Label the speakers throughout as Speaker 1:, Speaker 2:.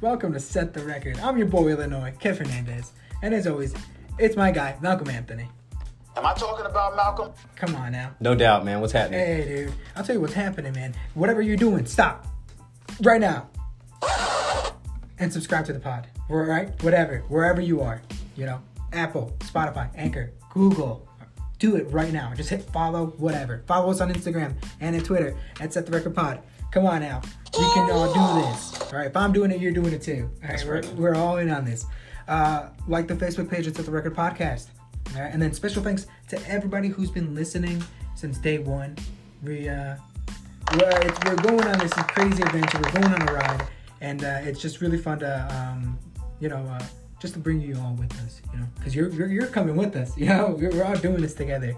Speaker 1: Welcome to Set the Record. I'm your boy Illinois, Kev Hernandez, and as always, it's my guy Malcolm Anthony.
Speaker 2: Am I talking about Malcolm?
Speaker 1: Come on now.
Speaker 3: No doubt, man. What's happening?
Speaker 1: Hey, dude. I'll tell you what's happening, man. Whatever you're doing, stop right now and subscribe to the pod. All right, whatever, wherever you are, you know, Apple, Spotify, Anchor, Google. Do it right now. Just hit follow, whatever. Follow us on Instagram and at Twitter at Set the Record Pod. Come on now, we can all do this. All right, if I'm doing it, you're doing it too. All right, we're, we're all in on this. Uh, like the Facebook page at Set the Record Podcast. All right, and then special thanks to everybody who's been listening since day one. We uh, we're, it's, we're going on this crazy adventure. We're going on a ride, and uh, it's just really fun to, um, you know, uh, just to bring you all with us, you know, because you're, you're you're coming with us, you know. We're, we're all doing this together,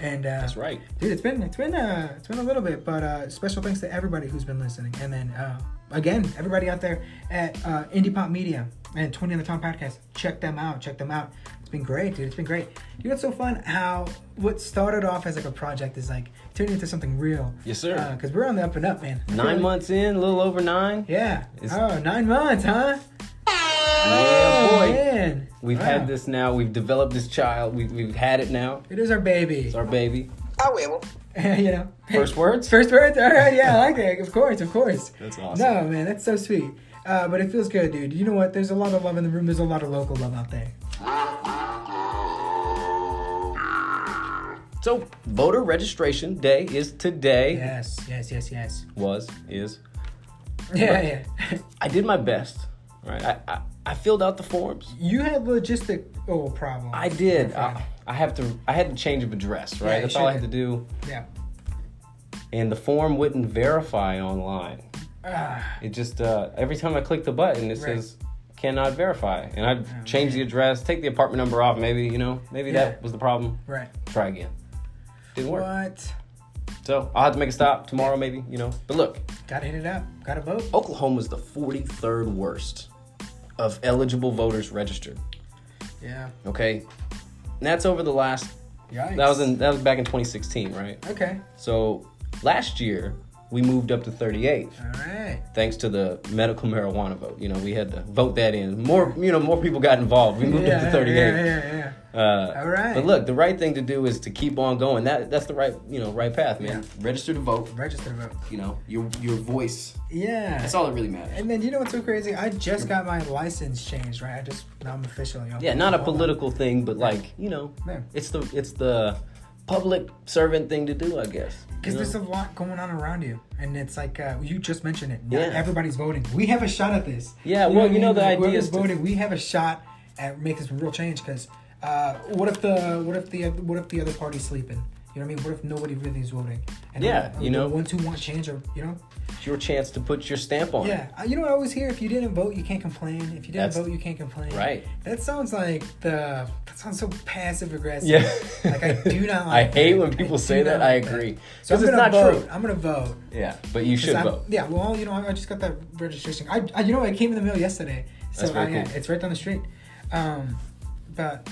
Speaker 1: and uh,
Speaker 3: That's right.
Speaker 1: dude. It's been it's been uh, it's been a little bit, but uh, special thanks to everybody who's been listening, and then uh, again, everybody out there at uh, Indie Pop Media and Twenty on the Tom podcast, check them out. Check them out. It's been great, dude. It's been great. You know, it's so fun how what started off as like a project is like turning into something real. Uh,
Speaker 3: Yes, sir.
Speaker 1: Because we're on the up and up, man.
Speaker 3: Nine months in, a little over nine.
Speaker 1: Yeah.
Speaker 3: It's-
Speaker 1: oh, nine months, huh?
Speaker 3: Yeah,
Speaker 1: Oh,
Speaker 3: boy.
Speaker 1: man.
Speaker 3: We've
Speaker 1: Wow.
Speaker 3: had this now. We've developed this child. We've, we've had it now.
Speaker 1: It is our baby.
Speaker 3: It's our baby.
Speaker 2: I will.
Speaker 1: you know.
Speaker 3: First words?
Speaker 1: First words? All right, yeah, I like that. Of course, of course.
Speaker 3: That's awesome.
Speaker 1: No, man, that's so sweet. Uh, but it feels good, dude. You know what? There's a lot of love in the room. There's a lot of local love out there.
Speaker 3: So, voter registration day is today.
Speaker 1: Yes, yes, yes, yes.
Speaker 3: Was, is.
Speaker 1: Yeah, yeah.
Speaker 3: I did my best. Right. I, I, I filled out the forms.
Speaker 1: You had logistic oh problem.
Speaker 3: I did. I, I have to. I had to change of address. Right.
Speaker 1: you
Speaker 3: That's all I
Speaker 1: should.
Speaker 3: had to do.
Speaker 1: yeah.
Speaker 3: And the form wouldn't verify online.
Speaker 1: Ah,
Speaker 3: It just uh, every time I click the button, it
Speaker 1: Right. Oh,
Speaker 3: says cannot verify, and I would change the address, take the apartment number off. Maybe you know, maybe
Speaker 1: Yeah.
Speaker 3: that was the problem.
Speaker 1: right.
Speaker 3: Try again. Didn't work.
Speaker 1: What?
Speaker 3: So I'll have to make a stop tomorrow, maybe you know. But look,
Speaker 1: Gotta hit it up. Gotta vote.
Speaker 3: Oklahoma is the 43rd worst of eligible voters registered.
Speaker 1: Yeah.
Speaker 3: Okay, and that's over the last.
Speaker 1: Yikes.
Speaker 3: That was in that was back in 2016, right?
Speaker 1: Okay.
Speaker 3: So last year we moved up to 38th.
Speaker 1: All right.
Speaker 3: thanks to the medical marijuana vote. You know, we had to vote that in. More, you know, more people got involved. We moved up to 38.
Speaker 1: Yeah, yeah, yeah.
Speaker 3: Uh,
Speaker 1: All right.
Speaker 3: But look, the right thing to do is to keep on going. That that's the right, you know, right path, man.
Speaker 1: Yeah.
Speaker 3: Register to vote.
Speaker 1: Register to vote.
Speaker 3: You know, your your voice.
Speaker 1: Yeah.
Speaker 3: That's all that really matters.
Speaker 1: And then you know what's so crazy? I just got my license changed, right? I just now I'm official, yo.
Speaker 3: Yeah, not a
Speaker 1: Hold on.
Speaker 3: political thing, but like, you know,
Speaker 1: Yeah.
Speaker 3: it's the it's the public servant thing to do, I guess. you
Speaker 1: Because
Speaker 3: know?
Speaker 1: there's a lot going on around you, and it's like uh, you just mentioned it. Not
Speaker 3: Yeah.
Speaker 1: everybody's voting. We have a shot at this.
Speaker 3: Yeah, well, you know,
Speaker 1: what I mean?
Speaker 3: the idea
Speaker 1: whoever's
Speaker 3: is to-
Speaker 1: voting. We have a shot at making some real change. Because uh, what if the what if the what if the other party's sleeping? You know what I mean? What if nobody really is voting? And uh,
Speaker 3: Yeah,
Speaker 1: the-
Speaker 3: you know.
Speaker 1: the ones who want change are you know.
Speaker 3: it's your chance to put your stamp on. it.
Speaker 1: Yeah, Uh, you know what I always hear? If you didn't vote, you can't complain. If you didn't
Speaker 3: That's-
Speaker 1: vote, you can't complain.
Speaker 3: right.
Speaker 1: That sounds like the that sounds so passive aggressive.
Speaker 3: Yeah.
Speaker 1: like I do not.
Speaker 3: I
Speaker 1: Like
Speaker 3: hate
Speaker 1: that.
Speaker 3: when people
Speaker 1: I
Speaker 3: say
Speaker 1: do
Speaker 3: that.
Speaker 1: not
Speaker 3: I
Speaker 1: like
Speaker 3: agree.
Speaker 1: So I'm
Speaker 3: 'Cause it's
Speaker 1: gonna
Speaker 3: not
Speaker 1: vote.
Speaker 3: true.
Speaker 1: I'm gonna vote.
Speaker 3: Yeah, but you
Speaker 1: 'Cause
Speaker 3: should
Speaker 1: I'm-
Speaker 3: vote.
Speaker 1: Yeah, well, you know, I just got that registration. I, I you know, it came in the mail yesterday. So
Speaker 3: That's very
Speaker 1: I, yeah,
Speaker 3: cool.
Speaker 1: it's right down the street. Um, but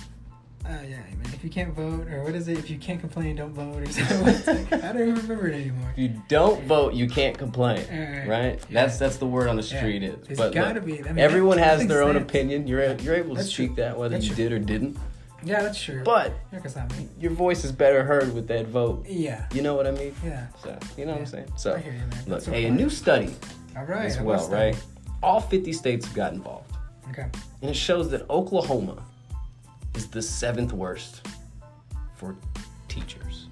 Speaker 1: uh, yeah, I mean, if you can't vote, or what is it? If you can't complain, don't vote, or something. I don't even remember it anymore.
Speaker 3: If you don't vote, you can't complain,
Speaker 1: Right.
Speaker 3: right?
Speaker 1: Yeah.
Speaker 3: That's that's the word on the
Speaker 1: Yeah.
Speaker 3: street is.
Speaker 1: It's
Speaker 3: but
Speaker 1: gotta
Speaker 3: look,
Speaker 1: be. I mean,
Speaker 3: everyone
Speaker 1: that-
Speaker 3: has
Speaker 1: that
Speaker 3: their own
Speaker 1: makes sense.
Speaker 3: opinion. You're you're able to
Speaker 1: That's
Speaker 3: speak
Speaker 1: true.
Speaker 3: that whether
Speaker 1: That's
Speaker 3: you
Speaker 1: true.
Speaker 3: did or didn't.
Speaker 1: Yeah, that's true.
Speaker 3: But
Speaker 1: yeah, 'cause not me.
Speaker 3: your voice is better heard with that vote.
Speaker 1: Yeah.
Speaker 3: You know what I mean?
Speaker 1: Yeah.
Speaker 3: So you know what
Speaker 1: Yeah.
Speaker 3: I'm saying. So
Speaker 1: I hear you, man.
Speaker 3: look,
Speaker 1: That's so
Speaker 3: hey, a
Speaker 1: funny.
Speaker 3: new study
Speaker 1: All right.
Speaker 3: as
Speaker 1: I
Speaker 3: well,
Speaker 1: lost that.
Speaker 3: right? All 50 states got involved,
Speaker 1: Okay.
Speaker 3: and it shows that Oklahoma is the seventh worst for teachers.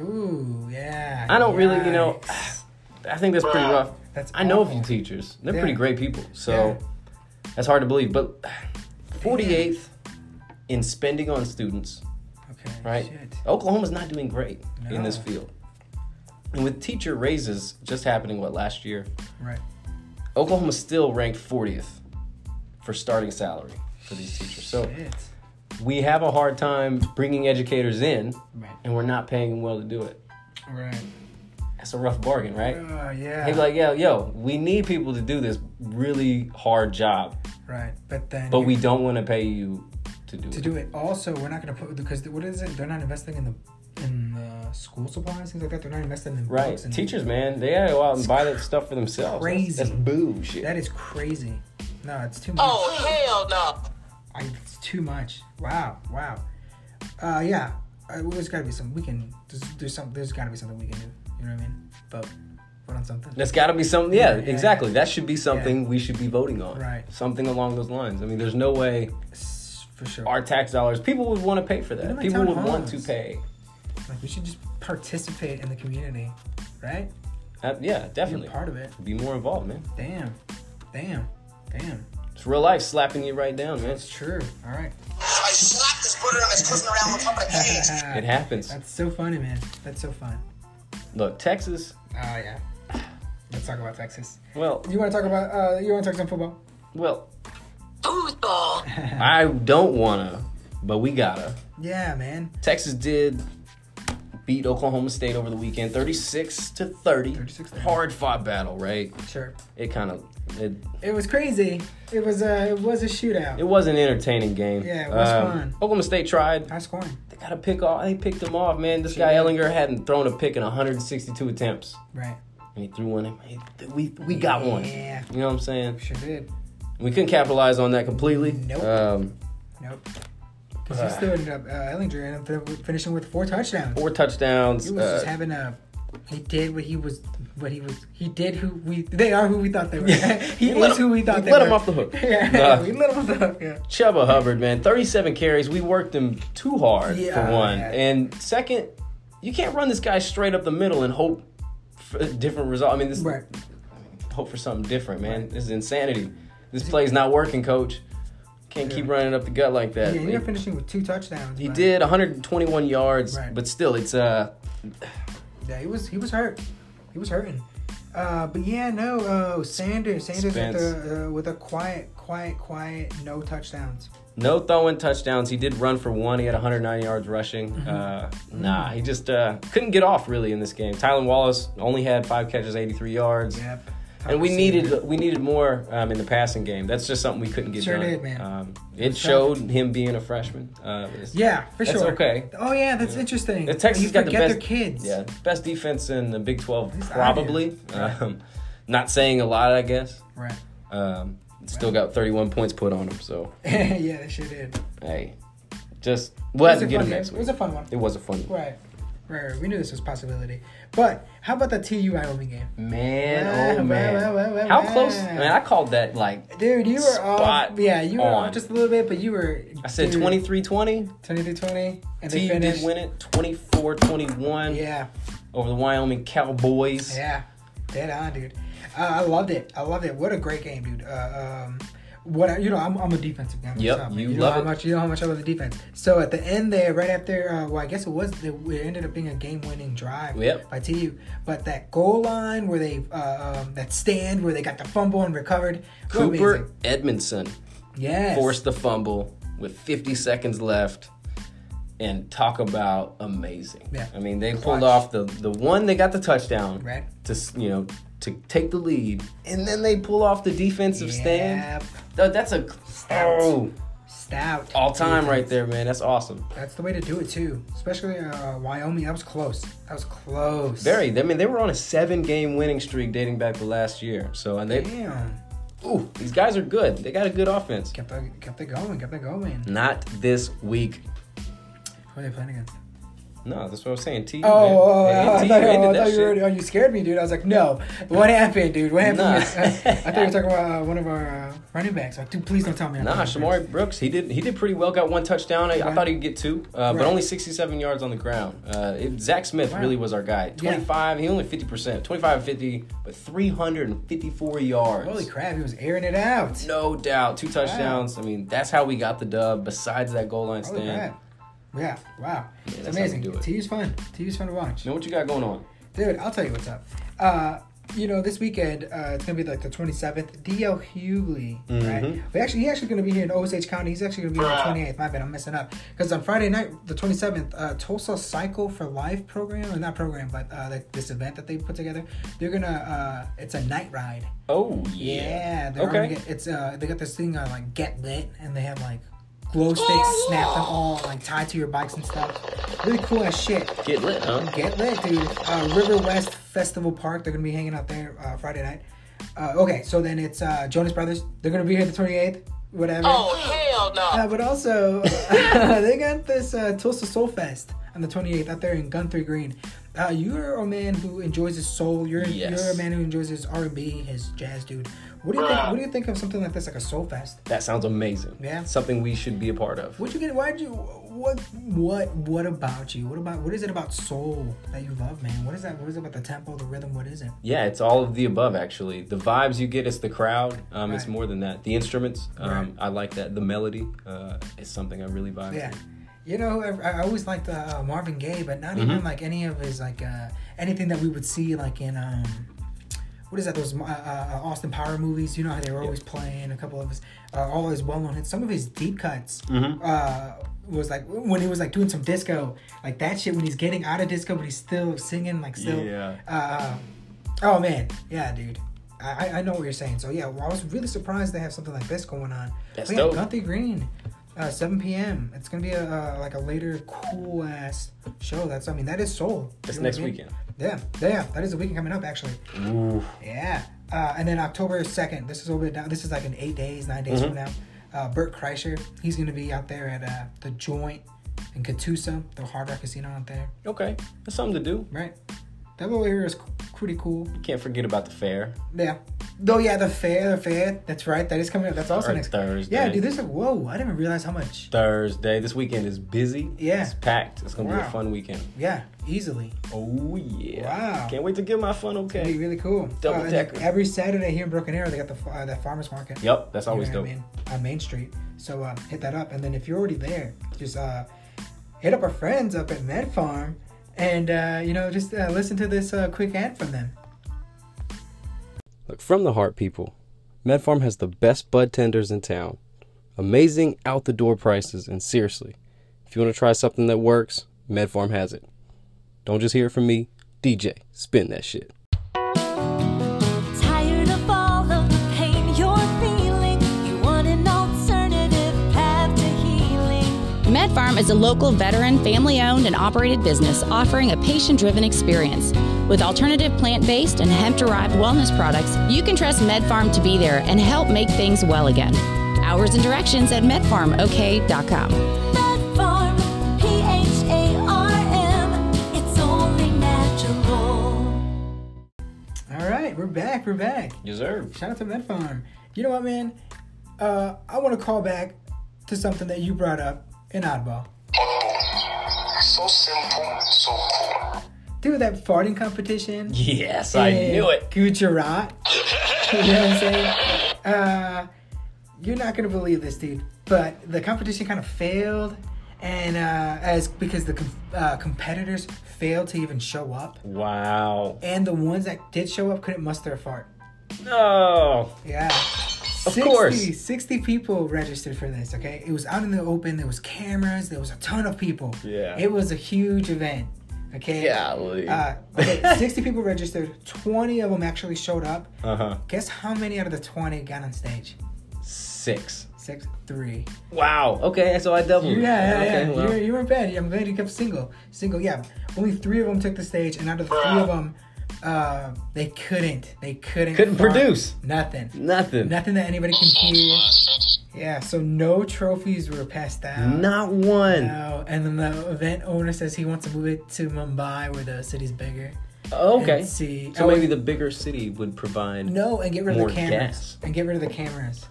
Speaker 1: Ooh, yeah.
Speaker 3: I don't really, you know,
Speaker 1: Yikes.
Speaker 3: I think that's pretty rough.
Speaker 1: That's
Speaker 3: I know a
Speaker 1: awful.
Speaker 3: few teachers. They're
Speaker 1: Yeah.
Speaker 3: pretty great people. So that's hard to believe. But 48th in spending on students,
Speaker 1: Okay.
Speaker 3: right?
Speaker 1: Shit.
Speaker 3: Oklahoma's not doing great in this
Speaker 1: No.
Speaker 3: field. And with teacher raises just happening, what, last year,
Speaker 1: Right.
Speaker 3: Oklahoma's still ranked 40th for starting salary for these teachers. So
Speaker 1: Shit.
Speaker 3: we have a hard time bringing educators in,
Speaker 1: Right.
Speaker 3: and we're not paying them well to do it.
Speaker 1: Right.
Speaker 3: That's a rough bargain, right?
Speaker 1: Oh yeah.
Speaker 3: He'd be like, yo, yo, we need people to do this really hard job,
Speaker 1: right. But then.
Speaker 3: but
Speaker 1: you-
Speaker 3: we don't want to pay you to do
Speaker 1: to
Speaker 3: it.
Speaker 1: do it. Also, we're not going to put because what is it? They're not investing in the in the school supplies things like that. They're not investing in
Speaker 3: Right.
Speaker 1: books and
Speaker 3: Teachers, man, they gotta go out and buy that stuff for themselves. That's-
Speaker 1: crazy.
Speaker 3: That's, boo shit.
Speaker 1: That is crazy. No, it's too much.
Speaker 4: Oh hell no!
Speaker 1: I, it's too much. Wow, wow. Uh, yeah. Uh, well, there's gotta be some. We can. There's, there's some. There's gotta be something we can do. You know what I mean? Vote. Vote on something.
Speaker 3: That's got to be something. Yeah,
Speaker 1: Yeah, yeah,
Speaker 3: exactly. That should be something we should be voting on.
Speaker 1: Right.
Speaker 3: Something along those lines. I mean, there's no way
Speaker 1: S- For sure.
Speaker 3: our tax dollars. People would want to pay for that.
Speaker 1: know, like
Speaker 3: people
Speaker 1: town
Speaker 3: would want to
Speaker 1: halls.
Speaker 3: pay.
Speaker 1: Like we should just participate in the community, right?
Speaker 3: Uh, yeah,
Speaker 1: Be a
Speaker 3: definitely.
Speaker 1: part of it.
Speaker 3: Be more involved, man.
Speaker 1: Damn. Damn. Damn.
Speaker 3: It's real life slapping you right down, man.
Speaker 1: It's true. All right.
Speaker 2: I slapped this brother on his cousin around the top of the cage.
Speaker 3: It happens.
Speaker 1: Ah, That's so funny, man. That's so fun.
Speaker 3: Look, Texas.
Speaker 1: Oh yeah. Let's talk about Texas.
Speaker 3: Well,
Speaker 1: You want to talk about? Uh, you want to talk some football?
Speaker 3: well,
Speaker 4: Foosball.
Speaker 3: I don't wanna, but we gotta.
Speaker 1: Yeah, man.
Speaker 3: Texas did beat Oklahoma State over the weekend, 36 to 30.
Speaker 1: 36 to 30.
Speaker 3: Hard fought battle, right?
Speaker 1: Sure.
Speaker 3: It kind of it,
Speaker 1: It was crazy. It was a. It was a shootout.
Speaker 3: it was an entertaining game.
Speaker 1: Yeah, it was
Speaker 3: Um,
Speaker 1: fun.
Speaker 3: Oklahoma State tried.
Speaker 1: High scoring.
Speaker 3: They got a pick off. They picked them off, man. This guy Ellinger hadn't thrown a pick in 162 attempts,
Speaker 1: Right.
Speaker 3: and he threw one. He- We we got one.
Speaker 1: Yeah.
Speaker 3: You know what I'm saying?
Speaker 1: Sure did.
Speaker 3: We couldn't capitalize on that completely.
Speaker 1: Nope.
Speaker 3: Um,
Speaker 1: Nope. Because he still ended up. Uh, Ellinger ended up fin- finishing with four touchdowns.
Speaker 3: four touchdowns.
Speaker 1: He was just
Speaker 3: uh,
Speaker 1: having a. He did what he was. What he was. He did who we. They are who we thought they were. he
Speaker 3: We let
Speaker 1: is
Speaker 3: him-
Speaker 1: who we thought
Speaker 3: we
Speaker 1: they
Speaker 3: let
Speaker 1: were.
Speaker 3: him off the hook.
Speaker 1: yeah.
Speaker 3: Nah.
Speaker 1: We let him off the hook. Yeah.
Speaker 3: Chuba Hubbard, man, 37 carries. We worked him too hard,
Speaker 1: Yeah.
Speaker 3: for one. And second, you can't run this guy straight up the middle and hope for a different result. I mean, this
Speaker 1: Right.
Speaker 3: hope for something different, man. This is insanity. This play's not working, coach. Can't keep running up the gut like that.
Speaker 1: Yeah,
Speaker 3: He-
Speaker 1: you're finishing with two touchdowns.
Speaker 3: he
Speaker 1: but-
Speaker 3: did 121 yards,
Speaker 1: Right.
Speaker 3: but still, it's uh,
Speaker 1: Yeah, he was he was hurt. He was hurting. Uh, but yeah, no. Uh, Sanders, Sanders with
Speaker 3: Spence.
Speaker 1: a uh, with a quiet, quiet, quiet, no touchdowns.
Speaker 3: no throwing touchdowns. He did run for one. He had 109 yards rushing.
Speaker 1: Mm-hmm.
Speaker 3: Uh, nah, he just uh, couldn't get off really in this game. Tylen Wallace only had five catches, 83 yards.
Speaker 1: Yep.
Speaker 3: and we
Speaker 1: Sanders.
Speaker 3: needed we needed more um, in the passing game. That's just something we couldn't get
Speaker 1: Sure
Speaker 3: done.
Speaker 1: did, man.
Speaker 3: Um, it
Speaker 1: tough.
Speaker 3: showed him being a freshman. Uh, it's-
Speaker 1: Yeah, for
Speaker 3: That's
Speaker 1: sure.
Speaker 3: okay.
Speaker 1: Oh yeah, that's interesting.
Speaker 3: The Texas
Speaker 1: you
Speaker 3: got the
Speaker 1: forget
Speaker 3: best
Speaker 1: their kids.
Speaker 3: Yeah, best defense in the Big Twelve,
Speaker 1: least I
Speaker 3: probably.
Speaker 1: do.
Speaker 3: Um, not saying a lot, I guess.
Speaker 1: Right.
Speaker 3: Um, still got 31 points put on him. So
Speaker 1: yeah, they sure did.
Speaker 3: hey, just we'll
Speaker 1: It was
Speaker 3: have to
Speaker 1: a
Speaker 3: get
Speaker 1: fun
Speaker 3: him
Speaker 1: game.
Speaker 3: next
Speaker 1: It
Speaker 3: week.
Speaker 1: was a fun one.
Speaker 3: It was a fun
Speaker 1: Right. Right, right. we knew this was a possibility. But how about that TU Wyoming game?
Speaker 3: man.
Speaker 1: Wow,
Speaker 3: Oh
Speaker 1: wow, wow,
Speaker 3: man,
Speaker 1: wow,
Speaker 3: how
Speaker 1: wow.
Speaker 3: close? Man, I called that like
Speaker 1: Dude, you were off.
Speaker 3: Spot
Speaker 1: Yeah, you were
Speaker 3: on.
Speaker 1: off just a little bit, but you were.
Speaker 3: I said
Speaker 1: dude,
Speaker 3: 23-20.
Speaker 1: 23-20, and they
Speaker 3: TU
Speaker 1: finished.
Speaker 3: did win it 24-21.
Speaker 1: Yeah,
Speaker 3: over the Wyoming Cowboys.
Speaker 1: yeah, dead on, dude. Uh, I loved it. I loved it. What a great game, dude. Uh, um, what I, you know, I'm, I'm a defensive guy.
Speaker 3: Yep,
Speaker 1: myself, man.
Speaker 3: you
Speaker 1: know
Speaker 3: love
Speaker 1: how
Speaker 3: it.
Speaker 1: much you know how much I love the defense. So at the end there, right after, uh, well, I guess it was the, it ended up being a game-winning drive
Speaker 3: Yep.
Speaker 1: by TU. But that goal line where they uh, um, that stand where they got the fumble and recovered. was
Speaker 3: Cooper
Speaker 1: amazing.
Speaker 3: Edmondson
Speaker 1: yes,
Speaker 3: forced the fumble with 50 seconds left. And talk about amazing.
Speaker 1: Yeah.
Speaker 3: I mean, they
Speaker 1: Clutch.
Speaker 3: pulled off the the one. They got the touchdown
Speaker 1: Right.
Speaker 3: to s- you know to take the lead, and then they pull off the defensive stand.
Speaker 1: Yep.
Speaker 3: Th- That's a oh,
Speaker 1: stout
Speaker 3: all time
Speaker 1: defense.
Speaker 3: right there, man. That's awesome.
Speaker 1: That's the way to do it too, especially uh, Wyoming. That was close. That was close.
Speaker 3: Very. I mean, they were on a seven game winning streak dating back to last year. So and they
Speaker 1: Damn.
Speaker 3: ooh, these guys are good. They got a good offense.
Speaker 1: Kept it, kept it going. Kept it going.
Speaker 3: Not this week,
Speaker 1: Who are they playing against?
Speaker 3: No, that's what I'm saying. T.
Speaker 1: Oh,
Speaker 3: man.
Speaker 1: oh,
Speaker 3: Hey,
Speaker 1: oh, I
Speaker 3: T,
Speaker 1: thought,
Speaker 3: you
Speaker 1: oh, I
Speaker 3: ended
Speaker 1: thought
Speaker 3: that
Speaker 1: you were,
Speaker 3: shit.
Speaker 1: oh, you scared me, dude. I was like, no. What happened, dude? What happened?
Speaker 3: Nah.
Speaker 1: I, I thought you were talking about uh, one of our uh, running backs. Like, dude, please don't tell me. I'm
Speaker 3: Nah,
Speaker 1: running
Speaker 3: Shamari Brooks, he did he did pretty well. Got one touchdown. I, I
Speaker 1: Right.
Speaker 3: thought he'd get two, uh,
Speaker 1: Right.
Speaker 3: but only 67 yards on the ground. Uh, it, Zach Smith
Speaker 1: Wow.
Speaker 3: really was our guy. 25, he only 50 percent, 25 50, but 354 yards.
Speaker 1: backs. Holy crap, he was airing it out.
Speaker 3: No doubt, two touchdowns. I mean, that's how we got the dub. Besides that goal line
Speaker 1: Holy
Speaker 3: stand,
Speaker 1: crap. Yeah, wow. it's
Speaker 3: that's how we
Speaker 1: amazing.
Speaker 3: do it.
Speaker 1: TU's fun. TU's fun to watch.
Speaker 3: you know what you got going on?
Speaker 1: Dude, I'll tell you what's up. Uh, you know, this weekend uh, it's gonna be like the 27th. D.L. Hughley, right? We actually he actually gonna be here in Osage County. He's actually gonna be on the 28th. My bad, I'm messing up. Because on Friday night, the 27th, uh, Tulsa Cycle for Life program, or not program, but uh, like this event that they put together, they're gonna. Uh, it's a night ride.
Speaker 3: Oh
Speaker 1: Yeah.
Speaker 3: yeah.
Speaker 1: they're
Speaker 3: okay.
Speaker 1: gonna get- it's uh, they got this thing on like get lit, and they have like glow sticks, snap them all, like tied to your bikes and stuff. Really cool as shit.
Speaker 3: Get lit, huh?
Speaker 1: Get lit, dude. Uh, River West Festival Park. They're gonna be hanging out there uh, Friday night. Uh, okay, so then it's uh, Jonas Brothers. They're gonna be here the 28th, whatever.
Speaker 5: Oh, hell
Speaker 1: Uh,
Speaker 5: no.
Speaker 1: but also, they got this uh, Tulsa Soul Fest on the 28th out there in Gunther Green. Uh, you're a man who enjoys his soul. You're
Speaker 3: Yes.
Speaker 1: you're a man who enjoys his R&B, his jazz, dude. What do you think? What do you think of something like this, like a Soul Fest?
Speaker 3: That sounds amazing.
Speaker 1: Yeah.
Speaker 3: Something we should be a part of.
Speaker 1: What you get? Why'd you? What? What? What about you? What about? What is it about soul that you love, man? What is that? What is it about the tempo, the rhythm? What is it?
Speaker 3: Yeah, it's all of the above actually. The vibes you get, it's the crowd. Um, It's
Speaker 1: Right.
Speaker 3: more than that. The instruments, um,
Speaker 1: Right.
Speaker 3: I like that. The melody uh, is something I really vibe.
Speaker 1: Yeah.
Speaker 3: to.
Speaker 1: You know, I, I always liked uh, Marvin Gaye, but not even like any of his like uh, anything that we would see like in um, what is that? Those uh, uh, Austin Power movies. You know how they were always playing a couple of his uh, all his well known hits. Some of his deep cuts uh, was like when he was like doing some disco, like that shit. When he's getting out of disco, but he's still singing, like still.
Speaker 3: Yeah.
Speaker 1: Uh, oh man, yeah, dude. I, I- I know what you're saying. So yeah, well, I was really surprised they have something like this going on.
Speaker 3: That's
Speaker 1: But yeah,
Speaker 3: dope.
Speaker 1: Gunther Green, uh, 7 p.m. It's gonna be a uh, like a later cool ass show. That's I mean that is soul.
Speaker 3: It's
Speaker 1: You know what
Speaker 3: next
Speaker 1: I mean?
Speaker 3: weekend.
Speaker 1: Yeah, yeah, that is the weekend coming up actually.
Speaker 3: Ooh.
Speaker 1: Yeah, uh, and then October second. This is over. Now, this is like in eight days, nine days from
Speaker 3: Mm-hmm.
Speaker 1: now. Uh, Bert Kreischer, he's gonna be out there at uh, the joint in Catoosa, the Hard Rock Casino out there,
Speaker 3: Okay, that's something to do.
Speaker 1: right? That little area is c- pretty cool.
Speaker 3: Can't forget about the fair.
Speaker 1: Yeah. Oh yeah, the fair, the fair. That's right. That is coming up. That's also
Speaker 3: Or
Speaker 1: next
Speaker 3: Thursday.
Speaker 1: Yeah, dude. This is whoa. I didn't realize how much.
Speaker 3: Thursday. This weekend is busy.
Speaker 1: Yeah.
Speaker 3: It's packed. It's gonna be
Speaker 1: Wow.
Speaker 3: a fun weekend.
Speaker 1: Yeah, easily.
Speaker 3: Oh yeah.
Speaker 1: Wow.
Speaker 3: Can't wait to get my fun
Speaker 1: That'd be
Speaker 3: okay.
Speaker 1: really cool.
Speaker 3: Double
Speaker 1: and
Speaker 3: decker.
Speaker 1: Every Saturday here in Broken Arrow, they got the uh, that farmers market.
Speaker 3: Yep, that's always
Speaker 1: you know
Speaker 3: dope.
Speaker 1: what I mean? On Main Street. So uh, hit that up, and then if you're already there, just uh, hit up our friends up at Med Farm, and uh, you know just uh, listen to this uh, quick ad from them.
Speaker 3: Look, from the heart, people, MedFarm has the best bud tenders in town. Amazing out the door prices, and seriously, if you want to try something that works, MedFarm has it. Don't just hear it from me, DJ, spin that shit.
Speaker 6: Tired of all of the pain you're feeling? You want an alternative path to healing?
Speaker 7: MedFarm is a local veteran, family owned, and operated business offering a patient driven experience. With alternative plant based and hemp derived wellness products, you can trust MedFarm to be there and help make things well again. Hours and directions at medfarmok.com.
Speaker 6: Farm, P H A R M. It's only natural.
Speaker 1: All right, we're back. We're back.
Speaker 3: Deserve.
Speaker 1: Shout out to Med Farm. You know what, man? Uh, I want to call back to something that you brought up in Oddball.
Speaker 2: So simple, so cool.
Speaker 1: Dude, that farting competition.
Speaker 3: Yes,
Speaker 1: in
Speaker 3: I knew it.
Speaker 1: Gujarat. you know what I'm saying? Uh, you're not gonna believe this, dude. But the competition kind of failed, and uh, as because the com- uh, competitors failed to even show up,
Speaker 3: Wow.
Speaker 1: and the ones that did show up couldn't muster a fart.
Speaker 3: No.
Speaker 1: Yeah. Of 60,
Speaker 3: course.
Speaker 1: 60 people registered for this, okay? It was out in the open, there was cameras, there was a ton of people.
Speaker 3: Yeah.
Speaker 1: It was a huge event. Okay.
Speaker 3: Golly.
Speaker 1: Uh, okay, 60 people registered, 20 of them actually showed up.
Speaker 3: Uh huh.
Speaker 1: Guess how many out of the 20 got on stage?
Speaker 3: Six.
Speaker 1: Six, three.
Speaker 3: Wow. Okay, so I doubled.
Speaker 1: Yeah, yeah, yeah.
Speaker 3: okay, well.
Speaker 1: you, were, you weren't bad. I'm glad you kept single. Single, yeah. Only three of them took the stage, and out of the three of them, uh, they couldn't. They couldn't.
Speaker 3: Couldn't
Speaker 1: fart.
Speaker 3: produce.
Speaker 1: Nothing.
Speaker 3: Nothing.
Speaker 1: Nothing that anybody can hear. Yeah, so no trophies were passed out.
Speaker 3: Not one.
Speaker 1: No, and then the event owner says he wants to move it to Mumbai where the city's bigger.
Speaker 3: Okay.
Speaker 1: And see-
Speaker 3: So
Speaker 1: I
Speaker 3: maybe
Speaker 1: would-
Speaker 3: the bigger city would provide.
Speaker 1: No, and get rid of
Speaker 3: More
Speaker 1: the cameras.
Speaker 3: gas.
Speaker 1: And get rid of the cameras.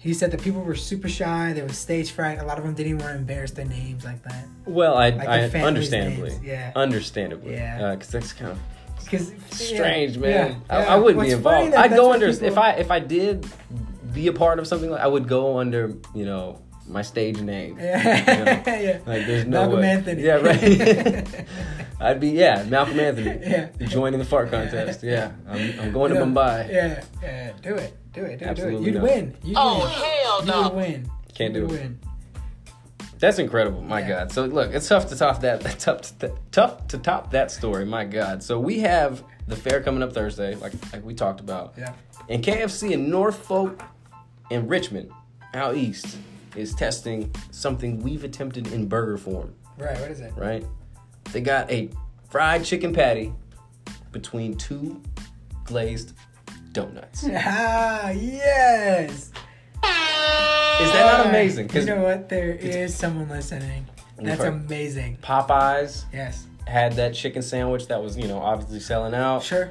Speaker 1: He said that people were super shy. They were stage fright. A lot of them didn't even want to embarrass their names like that.
Speaker 3: Well, I,
Speaker 1: Like
Speaker 3: I
Speaker 1: the families'
Speaker 3: understandably,
Speaker 1: names, yeah.
Speaker 3: understandably,
Speaker 1: Yeah.
Speaker 3: because that's kind of
Speaker 1: Because
Speaker 3: strange, man. I, I wouldn't be involved. I'd go under if I if I did be a part of something like I would go under you know my stage name.
Speaker 1: Yeah.
Speaker 3: You know?
Speaker 1: yeah.
Speaker 3: Like there's no
Speaker 1: Malcolm
Speaker 3: way.
Speaker 1: Anthony.
Speaker 3: Yeah, right. I'd be yeah Malcolm Anthony.
Speaker 1: Yeah.
Speaker 3: Joining the fart contest. Yeah. I'm, I'm going
Speaker 1: No,
Speaker 3: to Mumbai.
Speaker 1: Yeah, yeah. Do it. Do it. Do it. Do it.
Speaker 3: Absolutely
Speaker 1: You'd
Speaker 3: not.
Speaker 1: win. You'd
Speaker 5: Oh,
Speaker 1: win.
Speaker 5: hell
Speaker 1: you
Speaker 5: no.
Speaker 1: would win.
Speaker 3: Can't
Speaker 1: you
Speaker 3: do
Speaker 1: would
Speaker 3: it.
Speaker 1: Win.
Speaker 3: That's incredible, my
Speaker 1: Yeah.
Speaker 3: God. So look, it's tough to top that. Tough, to, th- tough to top that story, my God. So we have the fair coming up Thursday, like like we talked about.
Speaker 1: Yeah.
Speaker 3: And KFC in Norfolk and Richmond, out east, is testing something we've attempted in burger form.
Speaker 1: Right. What is it?
Speaker 3: Right? They got a fried chicken patty between two glazed donuts.
Speaker 1: Ah, yes.
Speaker 3: Is that not amazing?
Speaker 1: You
Speaker 3: Because
Speaker 1: know what? There is someone listening. That's
Speaker 3: heard.
Speaker 1: amazing.
Speaker 3: Popeyes
Speaker 1: Yes.
Speaker 3: had that chicken sandwich that was, you know, obviously selling out.
Speaker 1: Sure.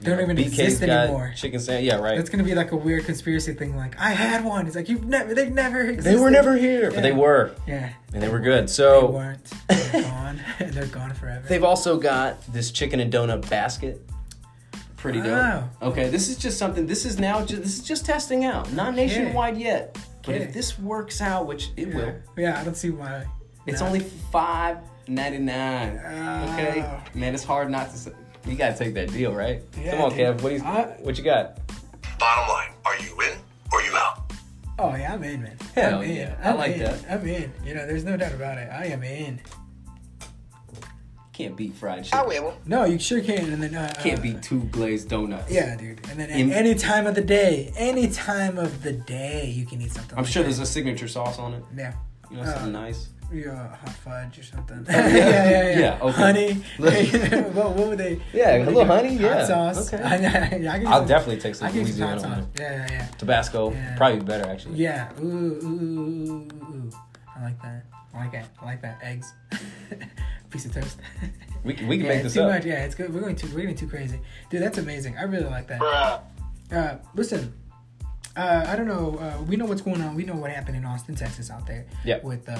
Speaker 1: They don't even
Speaker 3: BK's
Speaker 1: exist
Speaker 3: got
Speaker 1: anymore.
Speaker 3: Chicken sandwich, yeah, right.
Speaker 1: That's gonna be like a weird conspiracy thing. Like I had one. It's like you've never. They never existed.
Speaker 3: they were never here, but they
Speaker 1: Yeah.
Speaker 3: were,
Speaker 1: Yeah.
Speaker 3: and they were good.
Speaker 1: They
Speaker 3: So
Speaker 1: weren't. They're gone. They're gone forever.
Speaker 3: they've also got this chicken and donut basket. Pretty dope.
Speaker 1: Wow.
Speaker 3: Okay, this is just something. This is now. Just, this is just testing out, not nationwide yet. But if this works out, which it will,
Speaker 1: yeah, I don't see why.
Speaker 3: It's
Speaker 1: No.
Speaker 3: only five ninety nine. Okay, man, it's hard not to. Say. You gotta take that deal, right?
Speaker 1: Yeah,
Speaker 3: Come on,
Speaker 1: dude.
Speaker 3: Kev. What do you
Speaker 1: I-
Speaker 3: what you got?
Speaker 2: Bottom line, are you in or you out?
Speaker 1: Oh yeah, I'm in, man.
Speaker 3: Hell
Speaker 1: I'm in.
Speaker 3: yeah. I
Speaker 1: I'm
Speaker 3: like
Speaker 1: in.
Speaker 3: that.
Speaker 1: I'm in. You know, there's no doubt about it. I am in.
Speaker 3: Can't beat fried
Speaker 8: I
Speaker 3: chicken.
Speaker 8: will.
Speaker 1: No, you sure can. And then uh,
Speaker 3: Can't
Speaker 1: uh,
Speaker 3: beat two glazed donuts.
Speaker 1: Yeah, dude. And then at
Speaker 3: In-
Speaker 1: any time of the day, any time of the day, you can eat something.
Speaker 3: I'm
Speaker 1: like
Speaker 3: sure
Speaker 1: that.
Speaker 3: there's a signature sauce on it.
Speaker 1: Yeah.
Speaker 3: You know, something
Speaker 1: Uh,
Speaker 3: nice.
Speaker 1: Yeah, hot fudge or something. yeah, yeah, yeah.
Speaker 3: Yeah, okay.
Speaker 1: Honey. what, what would they?
Speaker 3: Yeah,
Speaker 1: what
Speaker 3: a
Speaker 1: would they
Speaker 3: little
Speaker 1: do?
Speaker 3: honey,
Speaker 1: Hot
Speaker 3: yeah.
Speaker 1: sauce.
Speaker 3: Okay.
Speaker 1: I, yeah, I can
Speaker 3: I'll definitely take some
Speaker 1: I can use
Speaker 3: Louisiana
Speaker 1: hot
Speaker 3: on
Speaker 1: sauce.
Speaker 3: it.
Speaker 1: Yeah, yeah,
Speaker 3: Tabasco,
Speaker 1: Yeah.
Speaker 3: probably better actually.
Speaker 1: yeah. Yeah. Ooh, ooh, ooh, ooh, ooh, ooh. I like that. I like that. I like that. Eggs. Piece of toast.
Speaker 3: We can, we can
Speaker 1: yeah,
Speaker 3: make this
Speaker 1: too
Speaker 3: up.
Speaker 1: much. Yeah, it's good. We're going too. We're going too crazy, dude. That's amazing. I really like that. Uh, listen, uh, I don't know. Uh, we know what's going on. We know what happened in Austin, Texas, out there.
Speaker 3: Yep.
Speaker 1: With uh,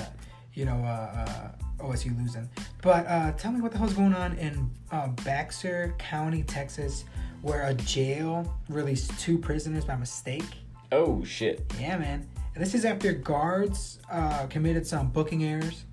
Speaker 1: you know uh, uh, OSU losing, but uh, tell me what the hell's going on in uh, Baxter County, Texas, where a jail released two prisoners by mistake.
Speaker 3: Oh shit.
Speaker 1: Yeah, man. And this is after guards uh, committed some booking errors,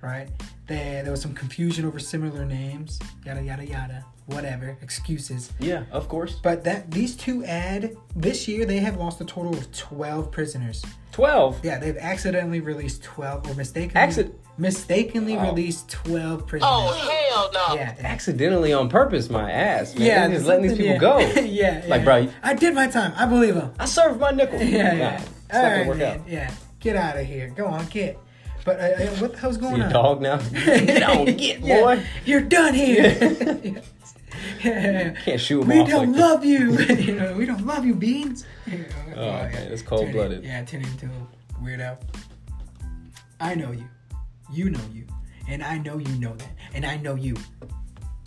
Speaker 1: right? They, there was some confusion over similar names, yada yada yada, whatever excuses.
Speaker 3: Yeah, of course.
Speaker 1: But that these two add this year they have lost a total of twelve prisoners.
Speaker 3: Twelve.
Speaker 1: Yeah, they've accidentally released twelve or mistakenly
Speaker 3: Acci-
Speaker 1: mistakenly
Speaker 3: Wow.
Speaker 1: released twelve prisoners.
Speaker 8: Oh, hell no.
Speaker 1: yeah, it-
Speaker 3: Accidentally on purpose, my ass. Man.
Speaker 1: yeah,
Speaker 3: They're just letting these people
Speaker 1: yeah.
Speaker 3: go.
Speaker 1: yeah,
Speaker 3: Like,
Speaker 1: yeah.
Speaker 3: bro, you-
Speaker 1: I did my time. I believe them.
Speaker 3: I served my nickel.
Speaker 1: Yeah,
Speaker 3: Nah,
Speaker 1: yeah.
Speaker 3: it's not
Speaker 1: All
Speaker 3: gonna
Speaker 1: right,
Speaker 3: work
Speaker 1: man.
Speaker 3: out.
Speaker 1: Yeah, get out of here. Go on, get. But uh, uh, what the hell's going
Speaker 3: Your
Speaker 1: on?
Speaker 3: dog now. Get on, get
Speaker 1: Yeah,
Speaker 3: boy.
Speaker 1: You're done here. Yeah.
Speaker 3: Can't shoot him
Speaker 1: We
Speaker 3: off
Speaker 1: don't
Speaker 3: like that.
Speaker 1: love you. you know, we don't love you, beans. oh,
Speaker 3: man, it's cold-blooded.
Speaker 1: Yeah, turn into a weirdo. I know you. You know you. And I know you know that. And I know you.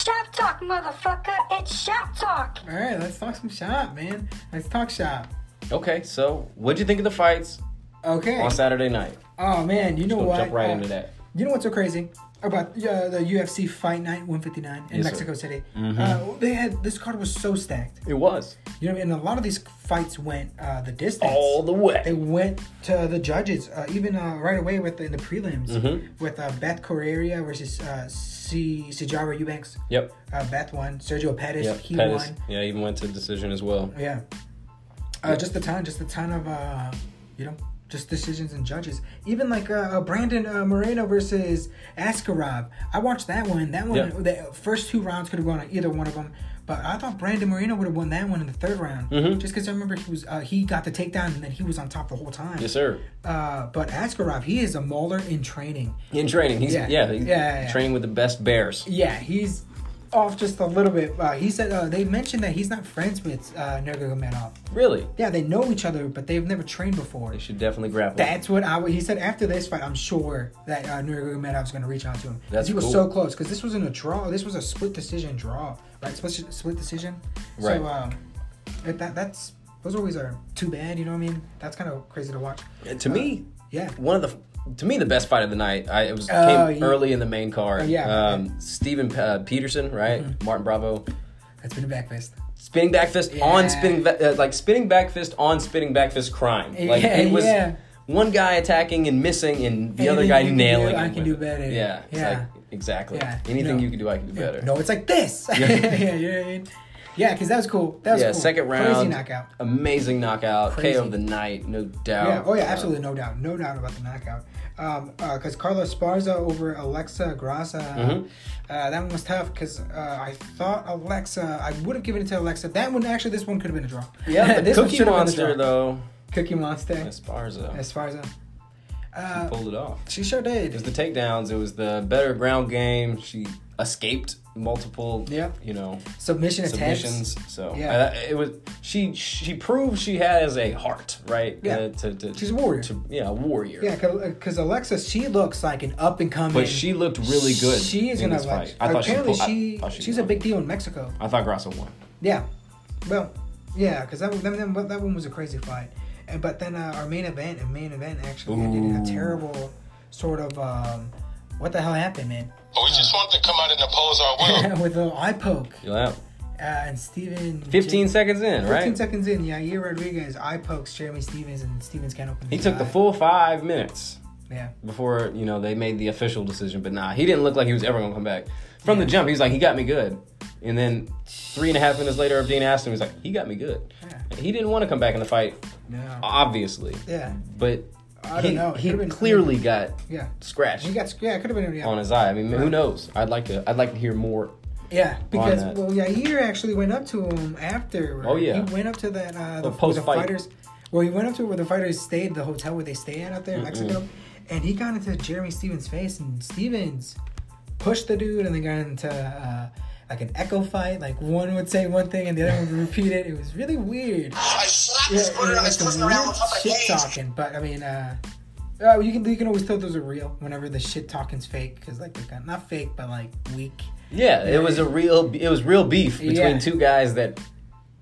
Speaker 9: Shop talk, motherfucker. It's shop talk.
Speaker 1: All right, let's talk some shop, man. Let's talk shop.
Speaker 3: Okay, so what'd you think of the fights
Speaker 1: Okay.
Speaker 3: on Saturday night?
Speaker 1: Oh man, you know
Speaker 3: We'll
Speaker 1: what?
Speaker 3: jump right
Speaker 1: Uh,
Speaker 3: into that.
Speaker 1: You know what's so crazy about uh, the UFC Fight Night 159 in
Speaker 3: Yes, sir. Mm-hmm.
Speaker 1: Mexico City? Uh, they had this card was so stacked.
Speaker 3: It was
Speaker 1: You know, what I mean? and a lot of these fights went uh, the distance.
Speaker 3: all the
Speaker 1: they
Speaker 3: way.
Speaker 1: went to the judges, uh, even uh, right away with in the prelims
Speaker 3: Mm-hmm.
Speaker 1: with uh, Beth Correria versus uh, C. Sijara Eubanks.
Speaker 3: Yep.
Speaker 1: Uh, Beth won. Sergio Pettis.
Speaker 3: Yep.
Speaker 1: He
Speaker 3: Pettis.
Speaker 1: won.
Speaker 3: Yeah, even went to decision as well.
Speaker 1: Yeah. Uh, Just a ton, just a ton of, uh, you know, just decisions and judges. Even like uh, uh, Brandon uh, Moreno versus Askarov. I watched that one. That one,
Speaker 3: Yeah.
Speaker 1: the first two rounds could have gone on either one of them. But I thought Brandon Moreno would have won that one in the third round,
Speaker 3: Mm-hmm.
Speaker 1: just because I remember he was uh, he got the takedown and then he was on top the whole time.
Speaker 3: Yes, sir.
Speaker 1: Uh, but Askarov, he is a mauler in training.
Speaker 3: In training, he's
Speaker 1: Yeah.
Speaker 3: yeah, he's
Speaker 1: Yeah, yeah, yeah.
Speaker 3: training with the best bears.
Speaker 1: Yeah, he's off just a little bit. Uh, he said uh, they mentioned that he's not friends with uh, Nurmagomedov.
Speaker 3: Really,
Speaker 1: Yeah, they know each other, but they've never trained before.
Speaker 3: they should definitely grapple.
Speaker 1: That's what I. would- He said after this fight, I'm sure that uh, Nurmagomedov was going to reach out to him. 'Cause
Speaker 3: That's
Speaker 1: he was
Speaker 3: cool.
Speaker 1: so close because this wasn't a draw. This was a split decision draw, right? Split, split decision.
Speaker 3: Right.
Speaker 1: So um, that, that that's those always are too bad. You know what I mean? That's kind of crazy to watch.
Speaker 3: And to me,
Speaker 1: Yeah.
Speaker 3: one of the to me the best fight of the night. I it was
Speaker 1: Oh,
Speaker 3: came
Speaker 1: yeah. Oh,
Speaker 3: early in the main card.
Speaker 1: yeah.
Speaker 3: um, Steven uh, Peterson, right? Martin Bravo.
Speaker 1: That's been a backfist.
Speaker 3: Spinning back fist on
Speaker 1: Yeah.
Speaker 3: spinning va- uh, like spinning back fist on spinning back fist crime. Like
Speaker 1: Yeah,
Speaker 3: it was
Speaker 1: yeah.
Speaker 3: one guy attacking and missing, and the other
Speaker 1: Anything
Speaker 3: guy
Speaker 1: you can
Speaker 3: nailing.
Speaker 1: do, I
Speaker 3: him
Speaker 1: can
Speaker 3: with
Speaker 1: do
Speaker 3: it.
Speaker 1: better.
Speaker 3: Yeah, it's
Speaker 1: Yeah.
Speaker 3: like- exactly.
Speaker 1: Yeah,
Speaker 3: Anything
Speaker 1: no.
Speaker 3: you can do, I can do better.
Speaker 1: No, it's like this. Yeah, you know what I mean? Yeah, because that was cool. That was
Speaker 3: Yeah,
Speaker 1: cool.
Speaker 3: second round,
Speaker 1: Crazy knockout.
Speaker 3: amazing knockout,
Speaker 1: Crazy.
Speaker 3: KO of the night, no doubt.
Speaker 1: Yeah. Oh yeah,
Speaker 3: Uh,
Speaker 1: absolutely, no doubt, no doubt about the knockout. Um, because Carlos Sparza over Alexa Grassa,
Speaker 3: Mm-hmm.
Speaker 1: uh, that one was tough. Because uh, I thought Alexa, I would have given it to Alexa. That one actually, this one could have been a draw.
Speaker 3: Yeah, the
Speaker 1: This one
Speaker 3: Cookie
Speaker 1: should have been a
Speaker 3: Monster
Speaker 1: draw.
Speaker 3: though,
Speaker 1: Cookie Monster,
Speaker 3: Esparza
Speaker 1: Esparza.
Speaker 3: pulled it off.
Speaker 1: She sure
Speaker 3: It was
Speaker 1: did.
Speaker 3: the takedowns. It was the better ground game. She escaped multiple,
Speaker 1: Yeah.
Speaker 3: you know,
Speaker 1: Submission attempts.
Speaker 3: submissions. So
Speaker 1: Yeah.
Speaker 3: and I- it was she. She proved she has a heart, right?
Speaker 1: Yeah.
Speaker 3: Uh, to, to,
Speaker 1: She's a warrior.
Speaker 3: To, yeah, a warrior.
Speaker 1: Yeah, because Alexa, she looks like an up and coming.
Speaker 3: But she looked really good.
Speaker 1: She is
Speaker 3: in
Speaker 1: gonna
Speaker 3: this
Speaker 1: like.
Speaker 3: fight. I thought
Speaker 1: apparently,
Speaker 3: she, pulled- I
Speaker 1: she,
Speaker 3: thought she
Speaker 1: she's a
Speaker 3: won.
Speaker 1: big deal in Mexico.
Speaker 3: I thought Grasso won.
Speaker 1: Yeah. Well, yeah, because that, that, that, that one was a crazy fight. And, but then uh, our main event and main event actually ended in a terrible sort of um, what the hell happened, man?
Speaker 10: But Oh, we just wanted to come out and oppose our will.
Speaker 1: With a eye poke uh,
Speaker 3: You'll have
Speaker 1: and Steven.
Speaker 3: 15 seconds in, right?
Speaker 1: 15 seconds in, yeah. Yair Rodriguez eye pokes Jeremy Stevens, and Stevens can't open.
Speaker 3: He
Speaker 1: his
Speaker 3: took the
Speaker 1: eye.
Speaker 3: full five minutes
Speaker 1: Yeah,
Speaker 3: before you know they made the official decision. But nah, he didn't look like he was ever gonna come back from the jump. He was like, he got me good. And then three and a half minutes later, Dean asked him, he's like, he got me good.
Speaker 1: Yeah.
Speaker 3: He didn't want to come back in the fight,
Speaker 1: no,
Speaker 3: Ah. obviously.
Speaker 1: yeah,
Speaker 3: But
Speaker 1: I
Speaker 3: he,
Speaker 1: don't know. It
Speaker 3: he
Speaker 1: could've been-
Speaker 3: clearly got
Speaker 1: yeah.
Speaker 3: scratched
Speaker 1: He got yeah, it could have been yeah.
Speaker 3: on his eye. I mean, who knows? I'd like to. I'd like to hear more.
Speaker 1: Yeah, because
Speaker 3: that.
Speaker 1: well, Yair actually went up to him after.
Speaker 3: Oh, yeah.
Speaker 1: he went up to that uh, the, where
Speaker 3: The
Speaker 1: the
Speaker 3: post-fight.
Speaker 1: fighters. Well, he went up to where the fighters stayed, the hotel where they stay at out there in Mexico, and he got into Jeremy Stevens' face, and Stevens pushed the dude, and they got into uh, like an echo fight. Like one would say one thing, and the other one would repeat it. It was really weird.
Speaker 2: I slapped
Speaker 1: Yeah,
Speaker 2: his
Speaker 1: it was
Speaker 2: brother on his cousin
Speaker 1: weird
Speaker 2: around with a
Speaker 1: shit
Speaker 2: cage.
Speaker 1: talking, but I mean, uh, uh, you can you can always tell those are real whenever the shit talking's fake, because like they're kind- not fake, but like weak.
Speaker 3: Yeah, it was a real. It was real beef between
Speaker 1: Yeah.
Speaker 3: two guys that,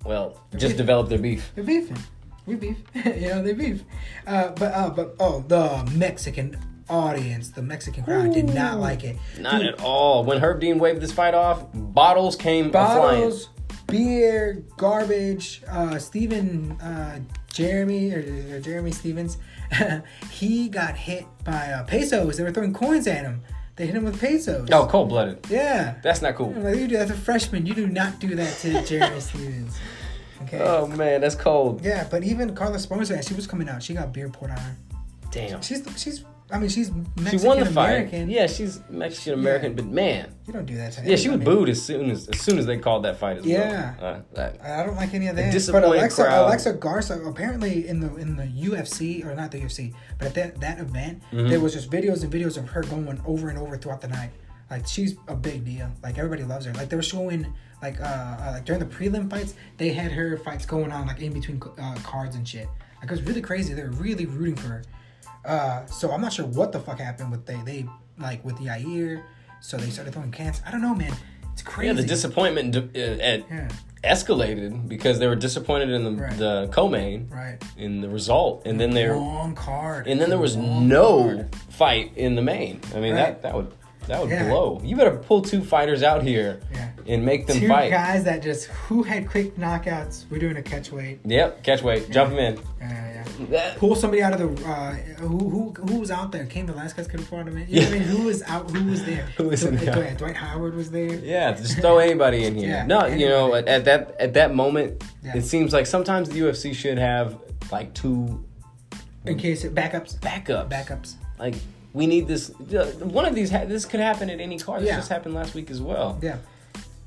Speaker 3: well, just developed their beef.
Speaker 1: They're beefing. We beef. you know, they beef. Uh, but uh, but oh, the Mexican audience, the Mexican crowd did not like it.
Speaker 3: Not at all. When Herb Dean waved this fight off, bottles came flying.
Speaker 1: Bottles, beer, garbage. Uh, Stephen, uh, Jeremy or, or Jeremy Stevens, he got hit by uh, pesos. They were throwing coins at him. They hit him with pesos.
Speaker 3: Oh, cold blooded.
Speaker 1: yeah.
Speaker 3: That's not cool.
Speaker 1: I'm like, you do that's a freshman. You do not do that to Jeremy Stevens. Okay.
Speaker 3: Oh man, that's cold.
Speaker 1: Yeah, but even Carla Sparza, she was coming out. She got beer poured on her.
Speaker 3: Damn.
Speaker 1: She's she's. I mean, she's
Speaker 3: She
Speaker 1: Mexican
Speaker 3: won the fight.
Speaker 1: American.
Speaker 3: Yeah, she's Mexican American,
Speaker 1: Yeah.
Speaker 3: but man,
Speaker 1: you don't do that. To
Speaker 3: yeah, she was
Speaker 1: anybody.
Speaker 3: booed as soon as as soon as they called that fight as
Speaker 1: Yeah.
Speaker 3: well. Uh, that-
Speaker 1: I don't like any of that.
Speaker 3: disappointed
Speaker 1: but Alexa,
Speaker 3: crowd.
Speaker 1: Alexa Garza, apparently in the in the UFC or not the UFC, but at that that event,
Speaker 3: Mm-hmm.
Speaker 1: there was just videos and videos of her going over and over throughout the night. Like she's a big deal. Like everybody loves her. Like they were showing like uh, uh like during the prelim fights, they had her fights going on like in between uh, cards and shit. Like it was really crazy. They were really rooting for her. Uh, so I'm not sure what the fuck happened with they they like with Yair. So they started throwing cans. I don't know, man. It's crazy.
Speaker 3: yeah, the disappointment d- uh, at-
Speaker 1: Yeah.
Speaker 3: escalated because they were disappointed in the
Speaker 1: Right.
Speaker 3: the co-main
Speaker 1: right.
Speaker 3: in the result, and then they were
Speaker 1: long card.
Speaker 3: and then there was
Speaker 1: Long
Speaker 3: no
Speaker 1: card.
Speaker 3: fight in the main. I mean
Speaker 1: Right.
Speaker 3: that that would that would
Speaker 1: Yeah.
Speaker 3: blow. You better pull two fighters out here
Speaker 1: Yeah.
Speaker 3: and make them
Speaker 1: two
Speaker 3: fight.
Speaker 1: guys that just who had quick knockouts. We're doing a catch weight.
Speaker 3: Yep, catch weight, jump
Speaker 1: Yeah,
Speaker 3: him
Speaker 1: yeah.
Speaker 3: in. That-
Speaker 1: Pull somebody out of the uh, who who who was out there? Came Velasquez could have fought him in. You know what I mean? Who was out? Who was there?
Speaker 3: Who was in
Speaker 1: Dwight,
Speaker 3: there?
Speaker 1: Dwight, Dwight Howard was there.
Speaker 3: Yeah, just throw anybody in here.
Speaker 1: Yeah,
Speaker 3: no, you know, at,
Speaker 1: anybody.
Speaker 3: at that at that moment,
Speaker 1: Yeah.
Speaker 3: it seems like sometimes the UFC should have like two
Speaker 1: In case it backups,
Speaker 3: backups.
Speaker 1: backups.
Speaker 3: Like we need this. One of these. Ha- this could happen at any card. This
Speaker 1: Yeah.
Speaker 3: just happened last week as well.
Speaker 1: Yeah.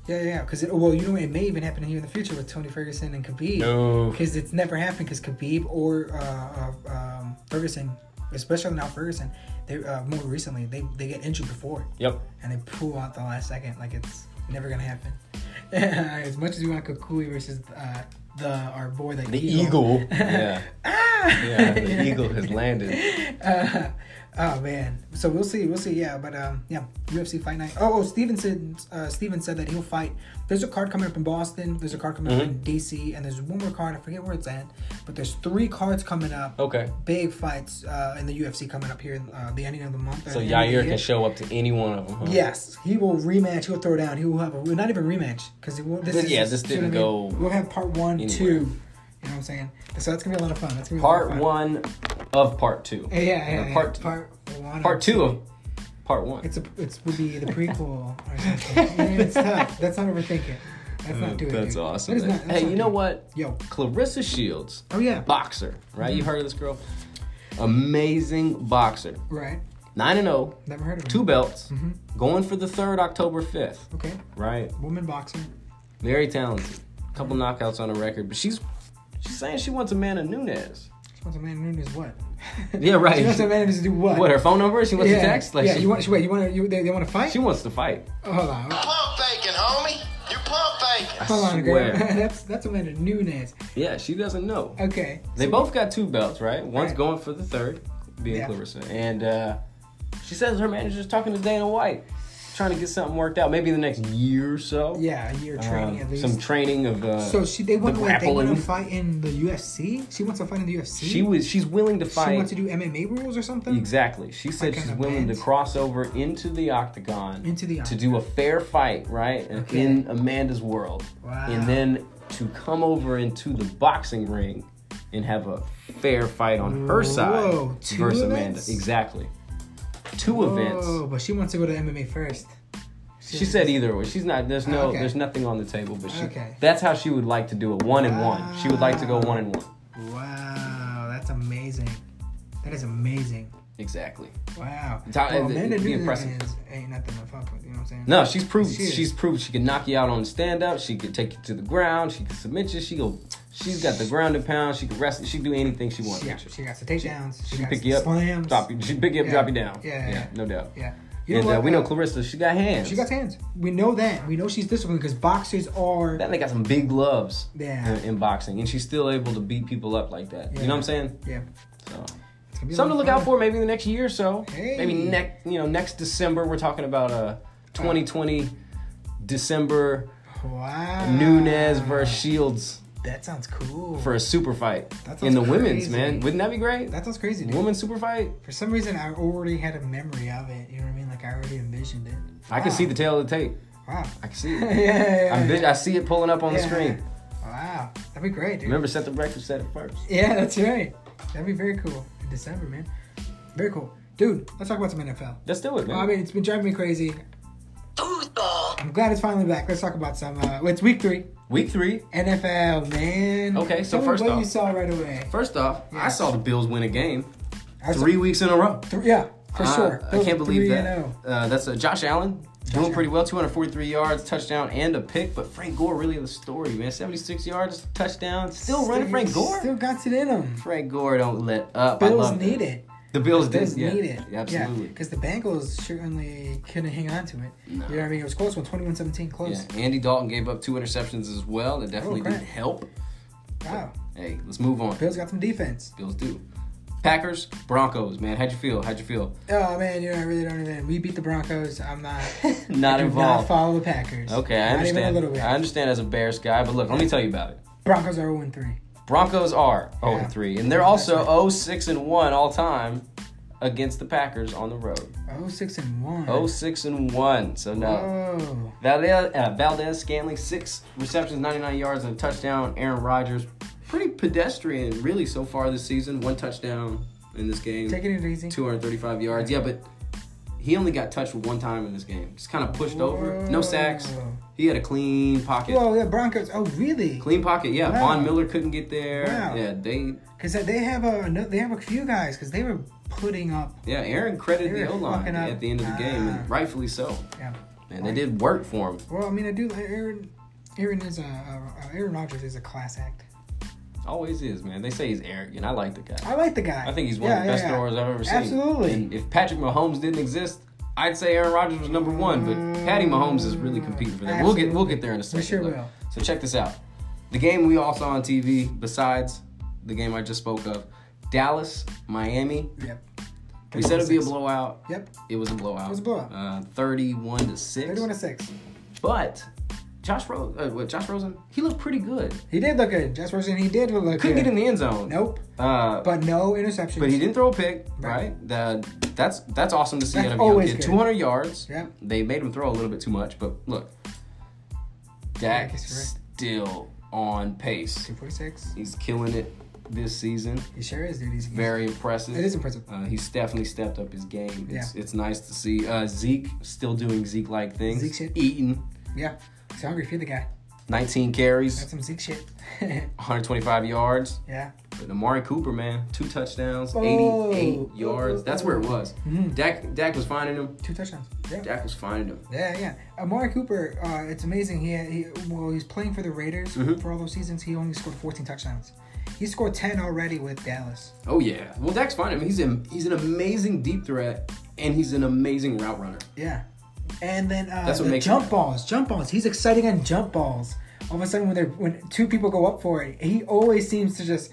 Speaker 1: Yeah, yeah, because well, you know, it may even happen here in the future with Tony Ferguson and Khabib.
Speaker 3: No.
Speaker 1: because it's never happened. Because Khabib or uh, uh, um, Ferguson, especially now Ferguson, they uh, more recently they, they get injured before
Speaker 3: Yep.
Speaker 1: and they pull out the last second, like it's never gonna happen. as much as we want Kukui versus uh, the Ah! our boy, like
Speaker 3: The eagle. yeah. Yeah. The eagle has landed.
Speaker 1: uh, oh man. So we'll see. We'll see. Yeah, but um, yeah, UFC Fight Night. Oh, oh Stevenson. Uh, Steven said that he'll fight. There's a card coming up in Boston. There's a card coming up
Speaker 3: Mm-hmm.
Speaker 1: in DC, and there's one more card. I forget where it's at, but there's three cards coming up.
Speaker 3: Okay.
Speaker 1: Big fights uh, in the UFC coming up here in uh, the ending of the month. uh, the
Speaker 3: So
Speaker 1: end of the
Speaker 3: Yair
Speaker 1: year.
Speaker 3: can show up to any one of them. Huh?
Speaker 1: Yes, he will rematch. He'll throw down. He will have a, well, not even rematch because this
Speaker 3: Th-
Speaker 1: is
Speaker 3: yeah, this
Speaker 1: you know
Speaker 3: didn't
Speaker 1: what I mean?
Speaker 3: go
Speaker 1: We'll have part one, two. You
Speaker 3: anywhere.
Speaker 1: know what I'm saying? So that's gonna be a lot of fun. That's gonna be a
Speaker 3: Part
Speaker 1: lot of fun.
Speaker 3: one of part two.
Speaker 1: Yeah, yeah,
Speaker 3: Or
Speaker 1: yeah, yeah.
Speaker 3: Part
Speaker 1: part one.
Speaker 3: part two of part one.
Speaker 1: It's a it's would be the prequel or something. I mean, it's tough. That's not overthinking. That's not doing.
Speaker 3: Uh, That's
Speaker 1: dude.
Speaker 3: awesome.
Speaker 1: That is not- that's
Speaker 3: hey,
Speaker 1: not
Speaker 3: you know
Speaker 1: doing.
Speaker 3: what?
Speaker 1: Yo.
Speaker 3: Clarissa Shields.
Speaker 1: Oh, yeah.
Speaker 3: Boxer, right? You heard of this girl? Amazing boxer.
Speaker 1: Right.
Speaker 3: 9 and 0,
Speaker 1: Never heard of it.
Speaker 3: two belts,
Speaker 1: Mm-hmm.
Speaker 3: going for the third October 5th,
Speaker 1: Okay.
Speaker 3: right?
Speaker 1: Woman boxer.
Speaker 3: Very talented. couple knockouts on her record, but she's she's saying she wants Amanda Nunes.
Speaker 1: She wants a man known as what?
Speaker 3: Yeah, right.
Speaker 1: she wants a man known as do what?
Speaker 3: What her phone number? She wants
Speaker 1: yeah.
Speaker 3: to text. Like
Speaker 1: yeah,
Speaker 3: she,
Speaker 1: you want? Wait, you want? You, they, they want to fight? Oh,
Speaker 3: she wants to fight.
Speaker 1: Hold on,
Speaker 2: Pump faking, homie. You pump faking.
Speaker 1: hold on, girl.
Speaker 3: Swear.
Speaker 1: that's that's Amanda Nunes.
Speaker 3: Yeah, she doesn't know.
Speaker 1: Okay,
Speaker 3: They both got two belts, right? One's
Speaker 1: Right.
Speaker 3: going for the third, being
Speaker 1: Yeah.
Speaker 3: Clarissa, and uh, she says her manager's talking to Dana White, trying to get something worked out. Maybe the next year or so.
Speaker 1: yeah, a year
Speaker 3: Uh,
Speaker 1: training at least.
Speaker 3: Some training of. Uh,
Speaker 1: so she they want
Speaker 3: the
Speaker 1: to wait, they want to
Speaker 3: grappling.
Speaker 1: fight in the UFC. She wants to fight in the UFC.
Speaker 3: She was. She's willing to
Speaker 1: She
Speaker 3: fight.
Speaker 1: wants to do MMA rules or something.
Speaker 3: Exactly. She said
Speaker 1: Like an
Speaker 3: she's willing to
Speaker 1: event.
Speaker 3: cross over into the octagon.
Speaker 1: Into the
Speaker 3: To do a fair fight, right? And
Speaker 1: Okay.
Speaker 3: In Amanda's world.
Speaker 1: Wow.
Speaker 3: And then to come over into the boxing ring and have a fair fight on her side
Speaker 1: Whoa, two
Speaker 3: versus
Speaker 1: events?
Speaker 3: Amanda. Exactly. Two
Speaker 1: Oh,
Speaker 3: events.
Speaker 1: but she wants to go to MMA first.
Speaker 3: She said either way. She's not there's no
Speaker 1: Okay.
Speaker 3: there's nothing on the table, but she
Speaker 1: Okay.
Speaker 3: that's how she would like to do it. One and one. She would like to go one and one.
Speaker 1: Wow, that's amazing. That is amazing.
Speaker 3: Exactly.
Speaker 1: Wow.
Speaker 3: It's how-
Speaker 1: Well,
Speaker 3: it'd
Speaker 1: Amanda
Speaker 3: be
Speaker 1: Nunes
Speaker 3: impressive.
Speaker 1: is- ain't nothing to fuck with. You know what I'm saying?
Speaker 3: No, she's proved
Speaker 1: She is.
Speaker 3: she's proved she can knock you out on stand up. She could take you to the ground. She can submit you. She go. She's got the ground and pound. She can wrestle. She can do anything she wants.
Speaker 1: She, got- she got some takedowns. She,
Speaker 3: She
Speaker 1: got
Speaker 3: pick
Speaker 1: some
Speaker 3: you up,
Speaker 1: slams.
Speaker 3: drop you. She pick you up,
Speaker 1: Yeah.
Speaker 3: drop you down.
Speaker 1: Yeah, yeah, yeah.
Speaker 3: no doubt.
Speaker 1: Yeah.
Speaker 3: and uh,
Speaker 1: what?
Speaker 3: we know Clarissa. She got hands.
Speaker 1: She got hands. We know that. We know she's disciplined because boxers are.
Speaker 3: Then they got some big gloves.
Speaker 1: Yeah.
Speaker 3: In, in boxing, and she's still able to beat people up like that. You
Speaker 1: Yeah.
Speaker 3: know what I'm saying?
Speaker 1: yeah.
Speaker 3: So.
Speaker 1: It's gonna be a
Speaker 3: Something to
Speaker 1: lot of
Speaker 3: look out
Speaker 1: fun.
Speaker 3: for maybe in the next year or so.
Speaker 1: Hey.
Speaker 3: Maybe next, you know, next December we're talking about uh 2020 December
Speaker 1: Wow.
Speaker 3: Nunez versus Shields.
Speaker 1: That sounds cool.
Speaker 3: for a super fight
Speaker 1: That sounds
Speaker 3: in the women's
Speaker 1: crazy.
Speaker 3: man. Wouldn't that be great?
Speaker 1: that sounds crazy, dude.
Speaker 3: Women's super fight.
Speaker 1: For some reason, I already had a memory of it. You know what I mean? Like I already envisioned it.
Speaker 3: I can see the tail of the tape.
Speaker 1: Wow.
Speaker 3: I can see
Speaker 1: yeah,
Speaker 3: it.
Speaker 1: yeah, yeah,
Speaker 3: I'm vis-
Speaker 1: yeah.
Speaker 3: I see it pulling up on the
Speaker 1: Yeah.
Speaker 3: screen.
Speaker 1: Wow. That'd be great, dude.
Speaker 3: Remember, set the breakfast set it first.
Speaker 1: Yeah, that's right. That'd be very cool in December, man. Very cool, dude. Let's talk about some NFL.
Speaker 3: Let's do it, man.
Speaker 1: I mean, it's been driving me crazy.
Speaker 11: Foosball.
Speaker 1: I'm glad it's finally back. Let's talk about some. Uh, it's week three,
Speaker 3: Week three.
Speaker 1: NFL, man.
Speaker 3: Okay, so
Speaker 1: Tell me
Speaker 3: first
Speaker 1: what
Speaker 3: off-
Speaker 1: you saw right away.
Speaker 3: First off, I saw the Bills win a game
Speaker 1: I saw-
Speaker 3: three weeks in a row.
Speaker 1: three- yeah, for
Speaker 3: Uh,
Speaker 1: sure.
Speaker 3: I
Speaker 1: Those
Speaker 3: can't believe
Speaker 1: three
Speaker 3: that.
Speaker 1: and oh.
Speaker 3: Uh, that's uh, Josh Allen doing pretty well, 243 yards, touchdown, and a pick. But Frank Gore really the story, man. 76 yards, touchdown, still running Frank Gore.
Speaker 1: Still got it in them.
Speaker 3: Frank Gore don't let up. I
Speaker 1: Bills
Speaker 3: love that.
Speaker 1: need it.
Speaker 3: The Bills,
Speaker 1: The Bills
Speaker 3: did, yeah.
Speaker 1: need it.
Speaker 3: Yeah, absolutely.
Speaker 1: Because the Bengals certainly couldn't hang on to it. You know what I mean? It was close one, 21-17,
Speaker 3: Yeah,
Speaker 1: close.
Speaker 3: Andy Dalton gave up two interceptions as well. That definitely
Speaker 1: crap.
Speaker 3: didn't help.
Speaker 1: Wow.
Speaker 3: Hey, let's move on.
Speaker 1: Bills got some defense.
Speaker 3: Bills do. Packers, Broncos, man. How'd you feel? How'd you feel?
Speaker 1: Oh man, you know I really don't even. We beat the Broncos. I'm not
Speaker 3: Not
Speaker 1: I do Not
Speaker 3: involved.
Speaker 1: follow the Packers.
Speaker 3: Okay, I
Speaker 1: Not
Speaker 3: understand.
Speaker 1: Even a little bit.
Speaker 3: I understand as a Bears guy, but look, let me tell you about it.
Speaker 1: Broncos are 0 3.
Speaker 3: Broncos are 0
Speaker 1: Yeah.
Speaker 3: 3, and they're
Speaker 1: That's
Speaker 3: also
Speaker 1: right.
Speaker 3: 0 6 and 1 all time against the Packers on the road.
Speaker 1: 0 6 oh and 1.
Speaker 3: 0 6 and 1. So no.
Speaker 1: Whoa.
Speaker 3: Valdez, uh, Valdez Scanling, six receptions, 99 yards, and a touchdown. Aaron Rodgers, pretty pedestrian, really, so far this season. One touchdown in this game.
Speaker 1: Taking it easy.
Speaker 3: 235 yards. Yeah, but he only got touched one time in this game. Just kind of pushed over. No sacks.
Speaker 1: Whoa.
Speaker 3: He had a clean pocket.
Speaker 1: Whoa, the Broncos. Oh, really?
Speaker 3: Clean pocket. Yeah,
Speaker 1: Wow.
Speaker 3: Von Miller couldn't get there.
Speaker 1: Wow.
Speaker 3: Yeah, they.
Speaker 1: Because they have a no- they have a few guys because they were putting up.
Speaker 3: Yeah, Aaron credited
Speaker 1: They
Speaker 3: the
Speaker 1: were
Speaker 3: O line
Speaker 1: fucking up.
Speaker 3: at the end of the game,
Speaker 1: Ah.
Speaker 3: and rightfully so.
Speaker 1: Yeah.
Speaker 3: Man, they did work for him.
Speaker 1: Well, I mean, I do. Aaron Aaron is a, a Aaron Rodgers is a class act.
Speaker 3: Always is, man. They say he's arrogant. I like the guy.
Speaker 1: I like the guy.
Speaker 3: I think he's one
Speaker 1: Yeah,
Speaker 3: of the best
Speaker 1: yeah, yeah.
Speaker 3: throwers I've ever seen.
Speaker 1: Absolutely.
Speaker 3: And if Patrick Mahomes didn't exist, I'd say Aaron Rodgers was number one. But Patty Mahomes is really competing for that. We'll get we'll get there in a second.
Speaker 1: Mm. Absolutely. We sure
Speaker 3: look.
Speaker 1: will.
Speaker 3: So check this out. The game we all saw on TV, besides the game I just spoke of, Dallas, Miami.
Speaker 1: Yep.
Speaker 3: We said it'd be a blowout.
Speaker 1: Yep.
Speaker 3: It was a blowout. It
Speaker 1: was a blowout.
Speaker 3: Uh, Thirty-one to six.
Speaker 1: Thirty-one to six.
Speaker 3: But Josh Ro- uh, what, Josh Rosen, he looked pretty good.
Speaker 1: He did look good. Josh Rosen. He did look
Speaker 3: Couldn't
Speaker 1: good.
Speaker 3: get in the end zone.
Speaker 1: Nope.
Speaker 3: Uh,
Speaker 1: But no interceptions.
Speaker 3: But he didn't throw a pick,
Speaker 1: Right.
Speaker 3: right? That that's that's awesome to see.
Speaker 1: That's
Speaker 3: out of
Speaker 1: always
Speaker 3: him. He had
Speaker 1: good.
Speaker 3: 200 yards.
Speaker 1: Yep.
Speaker 3: They made him throw a little bit too much, but look,
Speaker 1: Dak
Speaker 3: Dak
Speaker 1: is correct.
Speaker 3: still on pace.
Speaker 1: Two forty-six.
Speaker 3: He's killing it this season.
Speaker 1: He sure is, dude. He's
Speaker 3: Very impressive.
Speaker 1: It is impressive.
Speaker 3: Uh, he's definitely stepped up his game. It's, it's nice to see uh, Zeke still doing Zeke-like things.
Speaker 1: Zeke shit.
Speaker 3: Eating
Speaker 1: Yeah. He's hungry. Feed the guy.
Speaker 3: 19
Speaker 1: Got
Speaker 3: carries,
Speaker 1: some Zeke shit.
Speaker 3: 125 yards.
Speaker 1: yeah.
Speaker 3: But Amari Cooper, man, two touchdowns,
Speaker 1: Oh. Mm-hmm.
Speaker 3: 88 yards. That's where it was. Dak Dak was finding him.
Speaker 1: Two touchdowns. Yeah.
Speaker 3: Dak was finding him.
Speaker 1: Yeah, yeah. Amari Cooper, uh,
Speaker 3: Mm-hmm.
Speaker 1: it's amazing. He, he well, he's playing for the Raiders for all those seasons. He only scored 14 touchdowns. He scored 10 already with Dallas.
Speaker 3: Oh yeah. Well, Dak's fine. I mean, he's an, he's an amazing deep threat, and he's an amazing route runner.
Speaker 1: Yeah. And then uh,
Speaker 3: That's what
Speaker 1: the
Speaker 3: makes
Speaker 1: jump
Speaker 3: him-
Speaker 1: balls, jump balls. He's exciting on jump balls. All of a sudden, when they're, when two people go up for it, he always seems to just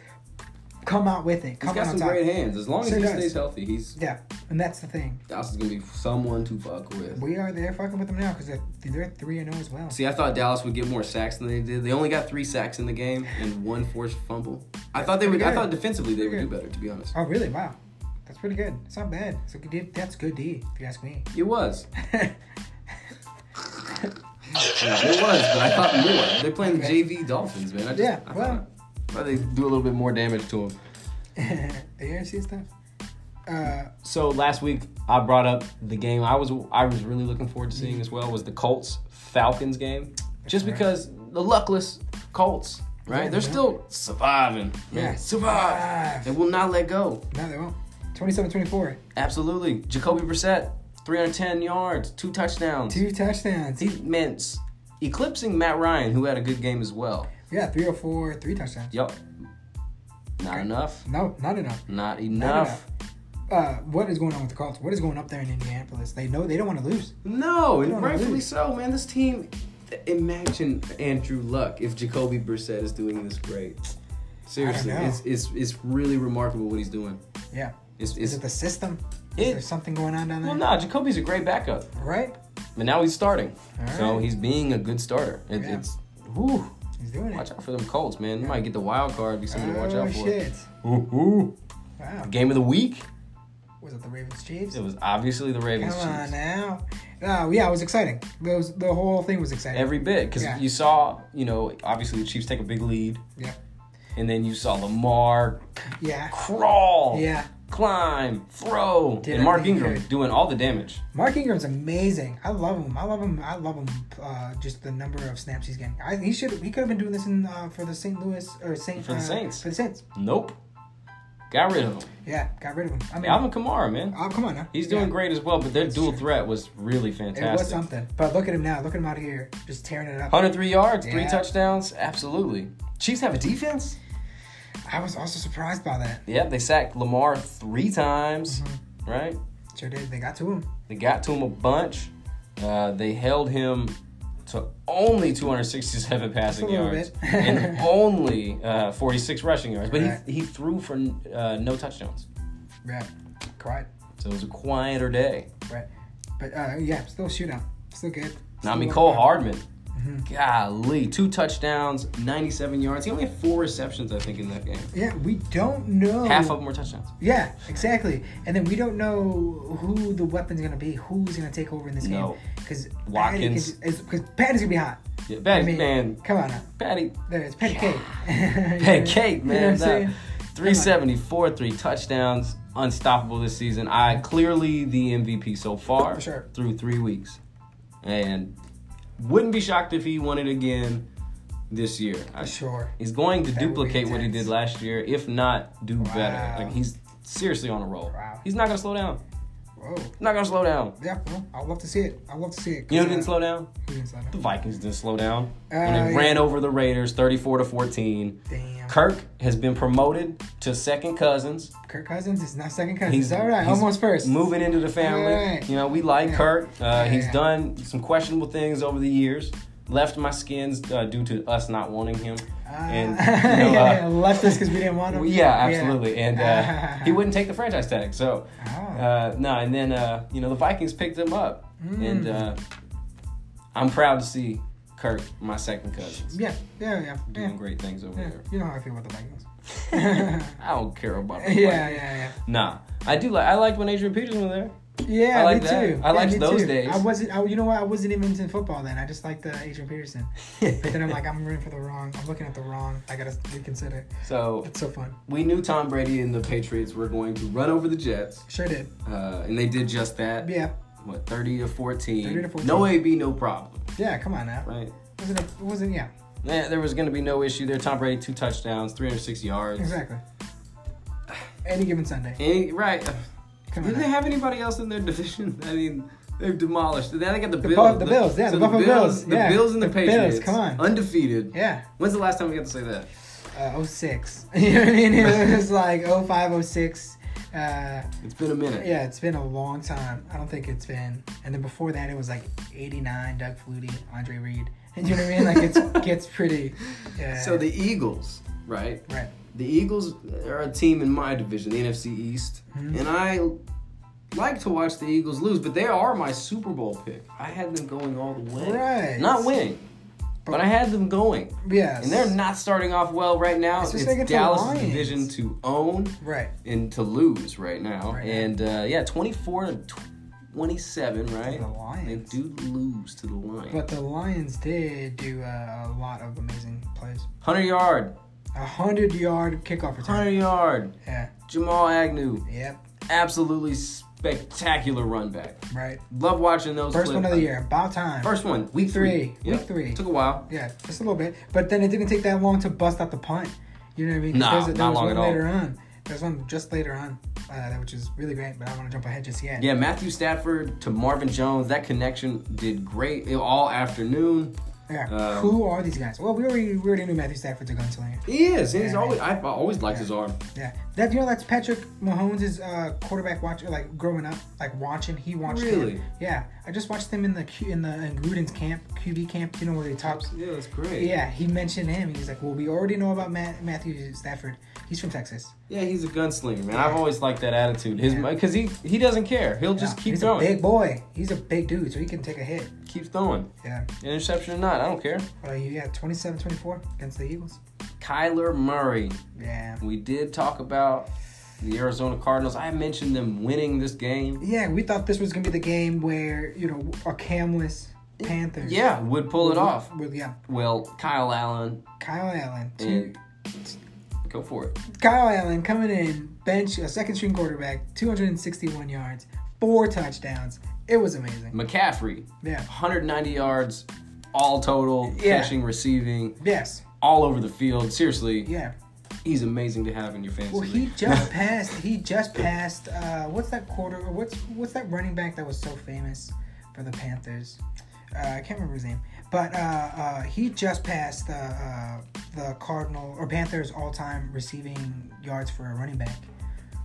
Speaker 1: come out with it. Come
Speaker 3: He's got
Speaker 1: out
Speaker 3: some
Speaker 1: on top.
Speaker 3: great hands. As long as
Speaker 1: So
Speaker 3: he
Speaker 1: does.
Speaker 3: stays healthy, he's
Speaker 1: Yeah, and that's the thing.
Speaker 3: Dallas is gonna be someone to fuck with.
Speaker 1: We are there fucking with them now because they're, they're three and zero as well.
Speaker 3: See, I thought Dallas would get more sacks than they did. They only got three sacks in the game and one forced fumble. I thought they would.
Speaker 1: pretty
Speaker 3: I
Speaker 1: good.
Speaker 3: thought defensively they would
Speaker 1: Pretty
Speaker 3: do
Speaker 1: good.
Speaker 3: better. To be honest,
Speaker 1: Oh, really? Wow, that's pretty good. It's not bad. It's a good D. That's good D, if you ask me.
Speaker 3: it was. It was, but I thought more. They're playing the JV Dolphins, man. I just,
Speaker 1: Yeah,
Speaker 3: I
Speaker 1: well.
Speaker 3: thought, I thought they do a little bit more damage to them.
Speaker 1: the AFC stuff. Uh,
Speaker 3: So last week I brought up the game I was I was really looking forward to seeing as well was the Colts Falcons game, just because the luckless Colts, right? They're still surviving. Man.
Speaker 1: Yeah.
Speaker 3: survive. They will not let go.
Speaker 1: no, they won't. 27-24.
Speaker 3: Absolutely. Jacoby Brissett, 310 yards, two touchdowns.
Speaker 1: Two touchdowns.
Speaker 3: He meant eclipsing Matt Ryan, who had a good game as well.
Speaker 1: Yeah, three or four, three touchdowns.
Speaker 3: Yup. Not enough.
Speaker 1: No, not enough.
Speaker 3: Not enough.
Speaker 1: Uh, what is going on with the Colts? What is going up there in Indianapolis? They know they don't want to lose.
Speaker 3: No,
Speaker 1: don't
Speaker 3: and
Speaker 1: wanna
Speaker 3: rightfully
Speaker 1: lose.
Speaker 3: so, man. This team. Imagine Andrew Luck if Jacoby Brissett is doing this great. Seriously,
Speaker 1: know.
Speaker 3: it's, it's it's really remarkable what he's doing.
Speaker 1: Yeah.
Speaker 3: It's,
Speaker 1: Is
Speaker 3: it's
Speaker 1: it the system? Is
Speaker 3: It-
Speaker 1: there something going on down there?
Speaker 3: well, nah, Jacoby's a great backup,
Speaker 1: Right?
Speaker 3: but now he's starting, so
Speaker 1: right.
Speaker 3: he's being a good starter. It,
Speaker 1: Yeah.
Speaker 3: It's whew,
Speaker 1: He's doing it.
Speaker 3: Watch out for them Colts, man. You might get the wild card. Be something to watch
Speaker 1: oh
Speaker 3: out for.
Speaker 1: shit!
Speaker 3: Ooh-hoo.
Speaker 1: Wow.
Speaker 3: Game of the week.
Speaker 1: Was it the Ravens Chiefs?
Speaker 3: It was obviously the
Speaker 1: Come
Speaker 3: Ravens.
Speaker 1: on
Speaker 3: Chiefs.
Speaker 1: now. Uh, yeah, it was exciting. Those the whole thing was exciting.
Speaker 3: Every bit, because
Speaker 1: Yeah.
Speaker 3: you saw, you know, obviously the Chiefs take a big lead,
Speaker 1: yeah.
Speaker 3: and then you saw Lamar
Speaker 1: Yeah.
Speaker 3: crawl,
Speaker 1: Yeah.
Speaker 3: climb, throw,
Speaker 1: Did
Speaker 3: and Mark
Speaker 1: everything he
Speaker 3: Ingram
Speaker 1: could.
Speaker 3: doing all the damage.
Speaker 1: Mark Ingram's amazing. I love him. I love him. I love him. Uh, just the number of snaps he's getting. I, he should. He could have been doing this in uh, for the St. Louis or St.
Speaker 3: For the
Speaker 1: uh,
Speaker 3: Saints.
Speaker 1: For the Saints.
Speaker 3: Nope, got rid of him.
Speaker 1: Yeah, got rid of him. I mean,
Speaker 3: Alvin Kamara, man,
Speaker 1: oh, come on now.
Speaker 3: he's doing
Speaker 1: Yeah.
Speaker 3: great as well. But their dual threat was really
Speaker 1: It
Speaker 3: fantastic.
Speaker 1: was something. But look at him now. Look at him out here, just tearing it up.
Speaker 3: 103 yards, three
Speaker 1: Yeah.
Speaker 3: touchdowns, absolutely. Chiefs have a defense.
Speaker 1: I was also surprised by that.
Speaker 3: Yeah, they sacked Lamar three times,
Speaker 1: Mm-hmm.
Speaker 3: right?
Speaker 1: Sure did. They got to him.
Speaker 3: They got to him a bunch. Uh, they held him to only 267 passing
Speaker 1: a little
Speaker 3: yards
Speaker 1: bit.
Speaker 3: and only uh, 46 rushing yards. But
Speaker 1: Right.
Speaker 3: he, he threw for uh, no touchdowns.
Speaker 1: Yeah. Quiet.
Speaker 3: So it was a quieter day.
Speaker 1: Right. But uh, yeah, still shootout. Still good.
Speaker 3: Now, I
Speaker 1: Still
Speaker 3: mean,
Speaker 1: up
Speaker 3: Cole
Speaker 1: there.
Speaker 3: Hardman.
Speaker 1: Mm-hmm.
Speaker 3: Golly, two touchdowns, 97 yards. He only had four receptions, I think, in that game.
Speaker 1: Yeah, we don't know.
Speaker 3: Half of them were touchdowns.
Speaker 1: Yeah, exactly. And then we don't know who the weapon's gonna be, who's gonna take over in this
Speaker 3: No.
Speaker 1: game, because
Speaker 3: Watkins.
Speaker 1: because Patty's gonna be hot.
Speaker 3: Yeah, Patty,
Speaker 1: I mean,
Speaker 3: man,
Speaker 1: come on, now.
Speaker 3: Patty,
Speaker 1: there's Patty Cake.
Speaker 3: Pancake, cake,
Speaker 1: You know what
Speaker 3: man.
Speaker 1: I'm saying?
Speaker 3: Nah. 374, three touchdowns, unstoppable this season. I clearly the MVP so far
Speaker 1: For sure.
Speaker 3: through three weeks, and wouldn't be shocked if he won it again this year. I,
Speaker 1: Sure.
Speaker 3: he's going to
Speaker 1: That would be
Speaker 3: duplicate what he
Speaker 1: intense.
Speaker 3: did last year, if not do
Speaker 1: Wow.
Speaker 3: better. Like he's seriously on a roll.
Speaker 1: Wow.
Speaker 3: He's not gonna slow down.
Speaker 1: Whoa.
Speaker 3: Not gonna slow down.
Speaker 1: Yeah, well, I'd love to see it. I'd love to see it.
Speaker 3: You know who didn't slow down?
Speaker 1: Who didn't slow
Speaker 3: The
Speaker 1: down?
Speaker 3: Vikings didn't slow down. and
Speaker 1: Uh,
Speaker 3: they
Speaker 1: yeah.
Speaker 3: ran over the Raiders 34 to 14.
Speaker 1: Damn.
Speaker 3: Kirk has been promoted to second cousins.
Speaker 1: Kirk Cousins is not second cousins.
Speaker 3: He's
Speaker 1: all right.
Speaker 3: he's
Speaker 1: almost first.
Speaker 3: Moving into the family.
Speaker 1: Alright.
Speaker 3: You know, we like
Speaker 1: Yeah.
Speaker 3: Kirk. Uh,
Speaker 1: Yeah,
Speaker 3: he's
Speaker 1: yeah.
Speaker 3: done some questionable things over the years. Left my skins uh, due to us not wanting him. and you know,
Speaker 1: Uh, yeah, Ah. yeah,
Speaker 3: uh,
Speaker 1: left us because we didn't want him.
Speaker 3: yeah, absolutely. And uh, he wouldn't take the franchise tag. So,
Speaker 1: Ah.
Speaker 3: uh, no, and then, uh, you know, the Vikings picked him up.
Speaker 1: Hmm.
Speaker 3: And uh, I'm proud to see Kirk, my second cousin,
Speaker 1: Yeah, yeah, yeah.
Speaker 3: doing
Speaker 1: yeah.
Speaker 3: great things over
Speaker 1: Yeah,
Speaker 3: there.
Speaker 1: You know how I feel about the Vikings. yeah,
Speaker 3: I don't care about the
Speaker 1: yeah,
Speaker 3: Vikings.
Speaker 1: yeah.
Speaker 3: Nah, I do like, I liked when Adrian Peterson was there.
Speaker 1: Yeah,
Speaker 3: I like
Speaker 1: me
Speaker 3: that.
Speaker 1: too.
Speaker 3: I liked
Speaker 1: me
Speaker 3: those days.
Speaker 1: I wasn't. I, you know what? I wasn't even into football then. I just liked uh, Adrian Peterson. but then I'm like, I'm rooting for the wrong. I'm looking at the wrong. I gotta reconsider.
Speaker 3: So
Speaker 1: It's so fun.
Speaker 3: we knew Tom Brady and the Patriots were going to run over the Jets,
Speaker 1: Sure did.
Speaker 3: uh, and they did just that.
Speaker 1: Yeah.
Speaker 3: What, 30 to 14?
Speaker 1: 30 to 14.
Speaker 3: No AB, no problem,
Speaker 1: Yeah. Come on now.
Speaker 3: right?
Speaker 1: Wasn't. It wasn't. Yeah.
Speaker 3: Yeah, there was going to be no issue there. Tom Brady, two touchdowns, 306 yards.
Speaker 1: Exactly. Any given Sunday.
Speaker 3: Any, right.
Speaker 1: Come on.
Speaker 3: Did they
Speaker 1: now.
Speaker 3: have anybody else in their division? I mean, they've demolished. Now they got the, Bills.
Speaker 1: Bu- the Bills, yeah, the Buffalo Bills,
Speaker 3: The
Speaker 1: yeah.
Speaker 3: Bills and the,
Speaker 1: The Bills,
Speaker 3: Patriots.
Speaker 1: come on.
Speaker 3: Undefeated.
Speaker 1: Yeah.
Speaker 3: When's the last time we got to say that?
Speaker 1: uh, 06. you know what I mean? It was like 05, 06. Uh,
Speaker 3: It's been a minute.
Speaker 1: yeah, it's been a long time. I don't think it's been. And then before that, it was like 89, Doug Flutie, Andre Reed. And you know what I mean? Like, it gets pretty. Uh,
Speaker 3: So the Eagles, right?
Speaker 1: Right.
Speaker 3: The Eagles are a team in my division, the NFC East,
Speaker 1: Mm-hmm.
Speaker 3: and I like to watch the Eagles lose, but they are my Super Bowl pick. I had them going all the way,
Speaker 1: Right.
Speaker 3: Not winning, but I had them going,
Speaker 1: Yes.
Speaker 3: and they're not starting off well right now. It's,
Speaker 1: Especially against the
Speaker 3: Dallas'
Speaker 1: Lions.
Speaker 3: division to own
Speaker 1: Right.
Speaker 3: and to lose right now,
Speaker 1: Right now.
Speaker 3: and uh, yeah, twenty-four to twenty-seven, right?
Speaker 1: The Lions.
Speaker 3: They do lose to the Lions.
Speaker 1: But the Lions did do uh, a lot of amazing plays.
Speaker 3: Hunter Yard,
Speaker 1: A hundred yard kickoff
Speaker 3: Hunter
Speaker 1: return.
Speaker 3: Yard,
Speaker 1: Yeah.
Speaker 3: Jamal Agnew.
Speaker 1: Yep.
Speaker 3: absolutely spectacular run back.
Speaker 1: Right.
Speaker 3: Love watching those.
Speaker 1: First
Speaker 3: clips.
Speaker 1: one of the year. About time.
Speaker 3: First one, week
Speaker 1: Three.
Speaker 3: three.
Speaker 1: Week three.
Speaker 3: Took a while.
Speaker 1: Yeah, just a little bit. But then it didn't take that long to bust out the punt. You know what I mean? 'Cause
Speaker 3: Nah,
Speaker 1: a-
Speaker 3: not long
Speaker 1: one
Speaker 3: at all.
Speaker 1: later on. There's one just later on, uh, which is really great, but I don't want to jump ahead just yet.
Speaker 3: Yeah, Matthew Stafford to Marvin Jones. That connection did great all afternoon.
Speaker 1: Yeah.
Speaker 3: Um,
Speaker 1: Who are these guys? Well, we already we already knew Matthew Stafford's a gunslinger.
Speaker 3: He is. He's
Speaker 1: Yeah.
Speaker 3: always. I've always liked his arm.
Speaker 1: Yeah. That you know that's Patrick Mahomes' uh, quarterback watcher. Like growing up, like watching, he watched. him.
Speaker 3: Really?
Speaker 1: Yeah. I just watched him in the Q, in the in Gruden's camp, QB camp. You know where they talk.
Speaker 3: Yeah, that's great.
Speaker 1: Yeah, he mentioned him. He's like, well, we already know about Matt, Matthew Stafford. He's from Texas.
Speaker 3: Yeah, he's a gunslinger, man. I've always liked that attitude. His because he he doesn't care. He'll just
Speaker 1: Yeah,
Speaker 3: keep
Speaker 1: he's
Speaker 3: throwing.
Speaker 1: a big boy. He's a big dude, so he can take a hit.
Speaker 3: Keep throwing.
Speaker 1: Yeah.
Speaker 3: Interception or not, I don't care.
Speaker 1: What are you? Yeah, 27-24 against the Eagles.
Speaker 3: Kyler Murray.
Speaker 1: Yeah.
Speaker 3: We did talk about the Arizona Cardinals. I mentioned them winning this game.
Speaker 1: Yeah, we thought this was gonna be the game where you know a camless Panthers.
Speaker 3: Yeah, would pull it off.
Speaker 1: With, yeah,
Speaker 3: Well, Kyle Allen,
Speaker 1: Kyle Allen. Two,
Speaker 3: and go for it.
Speaker 1: Kyle Allen coming in, bench a second string quarterback, 261 yards, four touchdowns. It was amazing.
Speaker 3: McCaffrey,
Speaker 1: Yeah.
Speaker 3: 190 yards, all total,
Speaker 1: Yeah.
Speaker 3: catching, receiving,
Speaker 1: Yes.
Speaker 3: all over the field. Seriously,
Speaker 1: Yeah.
Speaker 3: he's amazing to have in your fantasy.
Speaker 1: Well, he
Speaker 3: league.
Speaker 1: just passed. He just passed. Uh, what's that quarter? or What's what's that running back that was so famous for the Panthers? Uh, I can't remember his name, but uh, uh, he just passed uh, uh, the Cardinal or Panthers all-time receiving yards for a running back,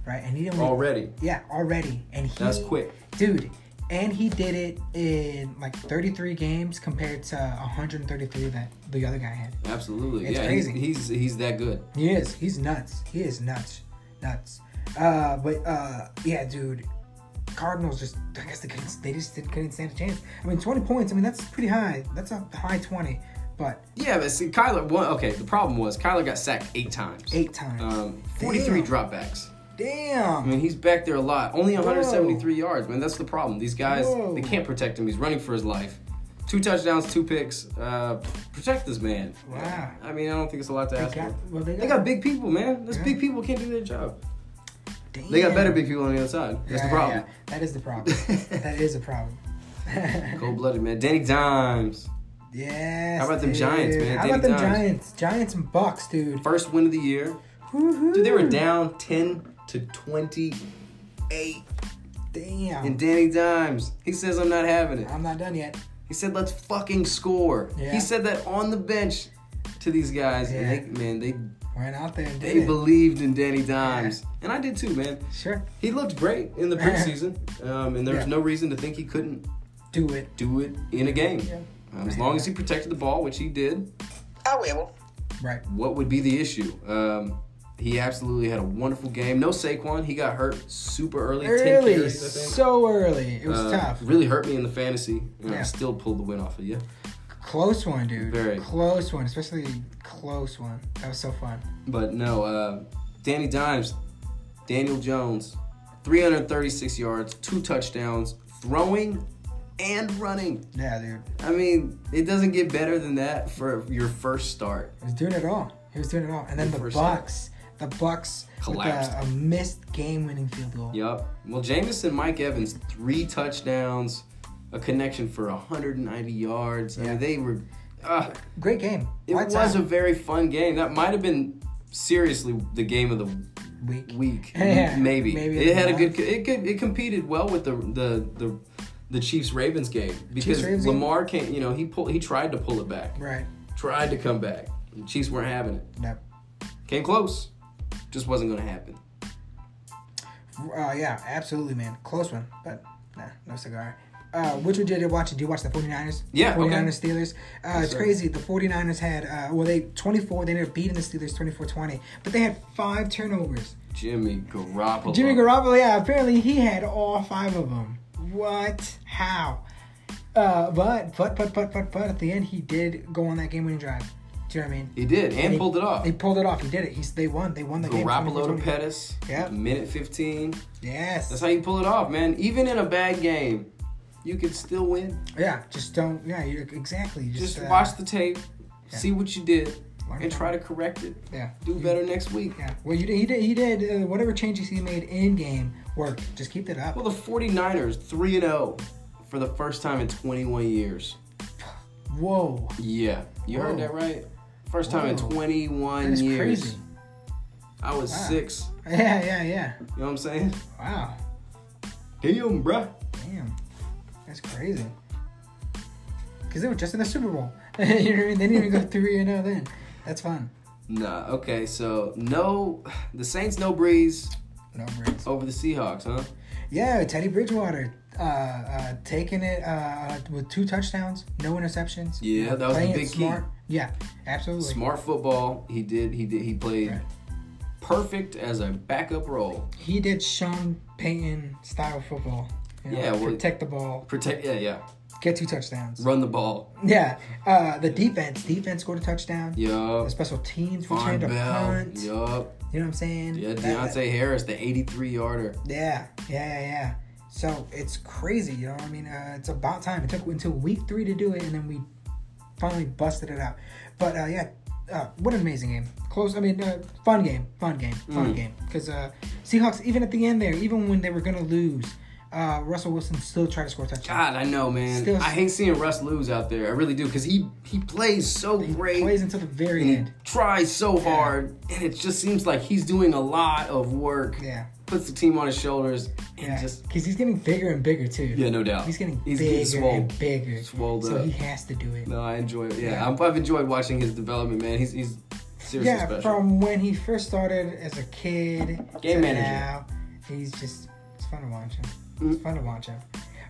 Speaker 1: right? And he didn't
Speaker 3: already.
Speaker 1: Yeah, already. And he
Speaker 3: That's quick.
Speaker 1: dude. And he did it in like 33 games compared to 133 that the other guy had.
Speaker 3: Absolutely.
Speaker 1: It's
Speaker 3: yeah, he's-
Speaker 1: crazy.
Speaker 3: He's, he's that good.
Speaker 1: He is. He's nuts. He is nuts. Nuts. Uh, but uh, yeah, dude. Cardinals just. I guess they couldn't. They just didn't, couldn't stand a chance. I mean, twenty points. I mean, that's pretty high. That's a high twenty. But
Speaker 3: Yeah, but see, Kyler. Well, okay, the problem was Kyler got sacked eight times.
Speaker 1: eight times.
Speaker 3: Um, 43
Speaker 1: Damn.
Speaker 3: dropbacks.
Speaker 1: Damn.
Speaker 3: I mean, he's back there a lot. Only 173 yards, man. That's the problem. These guys,
Speaker 1: Whoa.
Speaker 3: they can't protect him. He's running for his life. Two touchdowns, two picks. Uh, protect this man.
Speaker 1: Wow.
Speaker 3: I mean, I don't think it's a lot to
Speaker 1: they
Speaker 3: ask
Speaker 1: got.
Speaker 3: for.
Speaker 1: Well, they got,
Speaker 3: They got big people, man. Those
Speaker 1: Yeah.
Speaker 3: big people can't do their job.
Speaker 1: Damn.
Speaker 3: They got better big people on the other side. That's the
Speaker 1: Yeah,
Speaker 3: problem.
Speaker 1: yeah. That is the problem. that is a problem.
Speaker 3: Cold blooded, man. Danny Dimes.
Speaker 1: yes.
Speaker 3: How about them Giants,
Speaker 1: dude.
Speaker 3: man?
Speaker 1: How
Speaker 3: Danny
Speaker 1: about them
Speaker 3: Dimes.
Speaker 1: Giants? Giants and Bucks, dude.
Speaker 3: First win of the year.
Speaker 1: Woo-hoo.
Speaker 3: Dude, they were down 10 to 28.
Speaker 1: Damn.
Speaker 3: And Danny Dimes, he says, I'm not having it.
Speaker 1: I'm not done yet.
Speaker 3: He said, "Let's fucking score."
Speaker 1: Yeah.
Speaker 3: He said that on the bench to these guys, and they, man, they
Speaker 1: Went out there and did
Speaker 3: they
Speaker 1: it.
Speaker 3: believed in Danny Dimes, and I did too, man.
Speaker 1: Sure.
Speaker 3: He looked great in the preseason, um, and there was
Speaker 1: Yeah.
Speaker 3: no reason to think he couldn't
Speaker 1: Do it.
Speaker 3: do it in a game. Um, as long as he protected the ball, which he did,
Speaker 2: I will.
Speaker 1: Right.
Speaker 3: what would be the issue? Um, he absolutely had a wonderful game. No Saquon, he got hurt super early, ten
Speaker 1: early,
Speaker 3: carries, I think.
Speaker 1: so early. It was
Speaker 3: Uh,
Speaker 1: tough.
Speaker 3: Really hurt me in the fantasy. and I
Speaker 1: Yeah.
Speaker 3: still pulled the win off of you.
Speaker 1: Close one, dude.
Speaker 3: Very.
Speaker 1: Close one, especially close one. That was so fun.
Speaker 3: But no, uh, Danny Dimes, Daniel Jones, 336 yards, two touchdowns, throwing and running.
Speaker 1: Yeah, dude.
Speaker 3: I mean, it doesn't get better than that for your first start.
Speaker 1: He was doing it all. He was doing it all. And then the
Speaker 3: First
Speaker 1: Bucks. The Bucks
Speaker 3: Collapsed.
Speaker 1: with a, a missed game-winning field goal.
Speaker 3: Yup. Well, Jamison Mike Evans, three touchdowns, a connection for 190 yards. I mean,
Speaker 1: Yeah.
Speaker 3: they were. Uh,
Speaker 1: Great game.
Speaker 3: it
Speaker 1: Lights
Speaker 3: was a
Speaker 1: out.
Speaker 3: very fun game. That might have been seriously the game of the
Speaker 1: week.
Speaker 3: week,
Speaker 1: Yeah,
Speaker 3: maybe.
Speaker 1: maybe
Speaker 3: it had a
Speaker 1: not.
Speaker 3: good. It could, it competed well with the the the, the Chiefs Ravens game because
Speaker 1: Chiefs-Ravens game?
Speaker 3: Lamar can't. You know, he pulled. He tried to pull it back.
Speaker 1: Right.
Speaker 3: Tried to come back. The Chiefs weren't having it.
Speaker 1: Yep.
Speaker 3: Came close. Just wasn't going to happen.
Speaker 1: Uh, yeah, absolutely, man. Close one, but nah, no cigar. Uh, which would you did watch? Did you watch the 49ers?
Speaker 3: Yeah,
Speaker 1: 49ers
Speaker 3: okay.
Speaker 1: Steelers. Uh, it's
Speaker 3: sir.
Speaker 1: crazy. The 49ers had, uh, well, they 24, they ended up beating the Steelers 24 20, but they had five turnovers.
Speaker 3: Jimmy Garoppolo.
Speaker 1: Jimmy Garoppolo, yeah, apparently he had all five of them. What? How? Uh, but, but, but, but, but, but, at the end, he did go on that game winning drive. Do you know what I mean?
Speaker 3: He did, and
Speaker 1: They-
Speaker 3: pulled it off.
Speaker 1: They pulled it off. He did it. He's, they won. They won the game.
Speaker 3: Garoppolo
Speaker 1: 24-20.
Speaker 3: to Pettis.
Speaker 1: Yeah.
Speaker 3: Minute 15.
Speaker 1: Yes.
Speaker 3: That's how you pull it off, man. Even in a bad game, you can still win.
Speaker 1: Yeah, just don't. Yeah, you're exactly. Just,
Speaker 3: Just
Speaker 1: uh,
Speaker 3: watch the tape, see what you did,
Speaker 1: Learn from
Speaker 3: and try to correct it.
Speaker 1: Yeah.
Speaker 3: Do better next week.
Speaker 1: Yeah. Well, you did, he did. He did uh, whatever changes he made in game worked. Just keep that up.
Speaker 3: Well, the 49ers, 3 0 for the first time in 21 years.
Speaker 1: Whoa,
Speaker 3: Yeah. You heard
Speaker 1: Whoa.
Speaker 3: that right? First time in
Speaker 1: Whoa.
Speaker 3: 21
Speaker 1: that's
Speaker 3: years.
Speaker 1: crazy.
Speaker 3: I was six.
Speaker 1: Yeah, yeah, yeah.
Speaker 3: You know what I'm saying?
Speaker 1: Wow.
Speaker 3: Damn, bruh.
Speaker 1: Damn. That's crazy. Because they were just in the Super Bowl. you know what I mean? They didn't even go three and zero then. That's fun.
Speaker 3: Nah, okay, so no, the Saints no breeze
Speaker 1: No breaks.
Speaker 3: over the Seahawks, huh?
Speaker 1: Yeah, Teddy Bridgewater. Uh, uh, taking it uh, with two touchdowns, no interceptions.
Speaker 3: Yeah, that was the
Speaker 1: playing
Speaker 3: big
Speaker 1: it
Speaker 3: key.
Speaker 1: smart. Yeah, absolutely.
Speaker 3: Smart football. He did. He did. He played
Speaker 1: Right.
Speaker 3: perfect as a backup role.
Speaker 1: He did Sean Payton style football. You know,
Speaker 3: Yeah, well-
Speaker 1: protect the ball,
Speaker 3: Protect. Yeah, yeah.
Speaker 1: get two touchdowns.
Speaker 3: Run the ball.
Speaker 1: Yeah, uh, the defense, defense scored a touchdown. The
Speaker 3: Yup.
Speaker 1: special teams
Speaker 3: Von
Speaker 1: returned a
Speaker 3: Bell.
Speaker 1: punt.
Speaker 3: Yup.
Speaker 1: You know what I'm saying?
Speaker 3: Yeah,
Speaker 1: That- that-
Speaker 3: Deontay Harris, the 83 yarder.
Speaker 1: yeah, yeah, yeah, yeah. So it's crazy, you know. what I mean, uh, it's about time. It took until week three to do it, and then we finally busted it out. But uh, yeah, uh, what an amazing game! Close. I mean, uh, fun game, fun game,
Speaker 3: Mm.
Speaker 1: fun game. Because uh, Seahawks, even at the end there, even when they were gonna lose, uh, Russell Wilson still tried to score a touchdown.
Speaker 3: God, I know, man.
Speaker 1: Still-
Speaker 3: I hate seeing Russ lose out there. I really do, because he he plays so great. Mm.
Speaker 1: plays until the very
Speaker 3: and he
Speaker 1: end.
Speaker 3: tries so hard, and it just seems like he's doing a lot of work.
Speaker 1: Yeah.
Speaker 3: Puts the team on his shoulders and
Speaker 1: Yeah,
Speaker 3: just
Speaker 1: because he's getting bigger and bigger too.
Speaker 3: Yeah, no doubt.
Speaker 1: He's getting
Speaker 3: He's
Speaker 1: bigger
Speaker 3: getting swole.
Speaker 1: and bigger.
Speaker 3: Swolled
Speaker 1: so
Speaker 3: up.
Speaker 1: he has to do it.
Speaker 3: No, I enjoy it. Yeah, I'm, I've enjoyed watching his development, man. He's he's seriously
Speaker 1: yeah,
Speaker 3: special.
Speaker 1: from when he first started as a kid. to
Speaker 3: Game manager.
Speaker 1: Now, he's just it's fun to watch him.
Speaker 3: Mm.
Speaker 1: It's fun to watch him.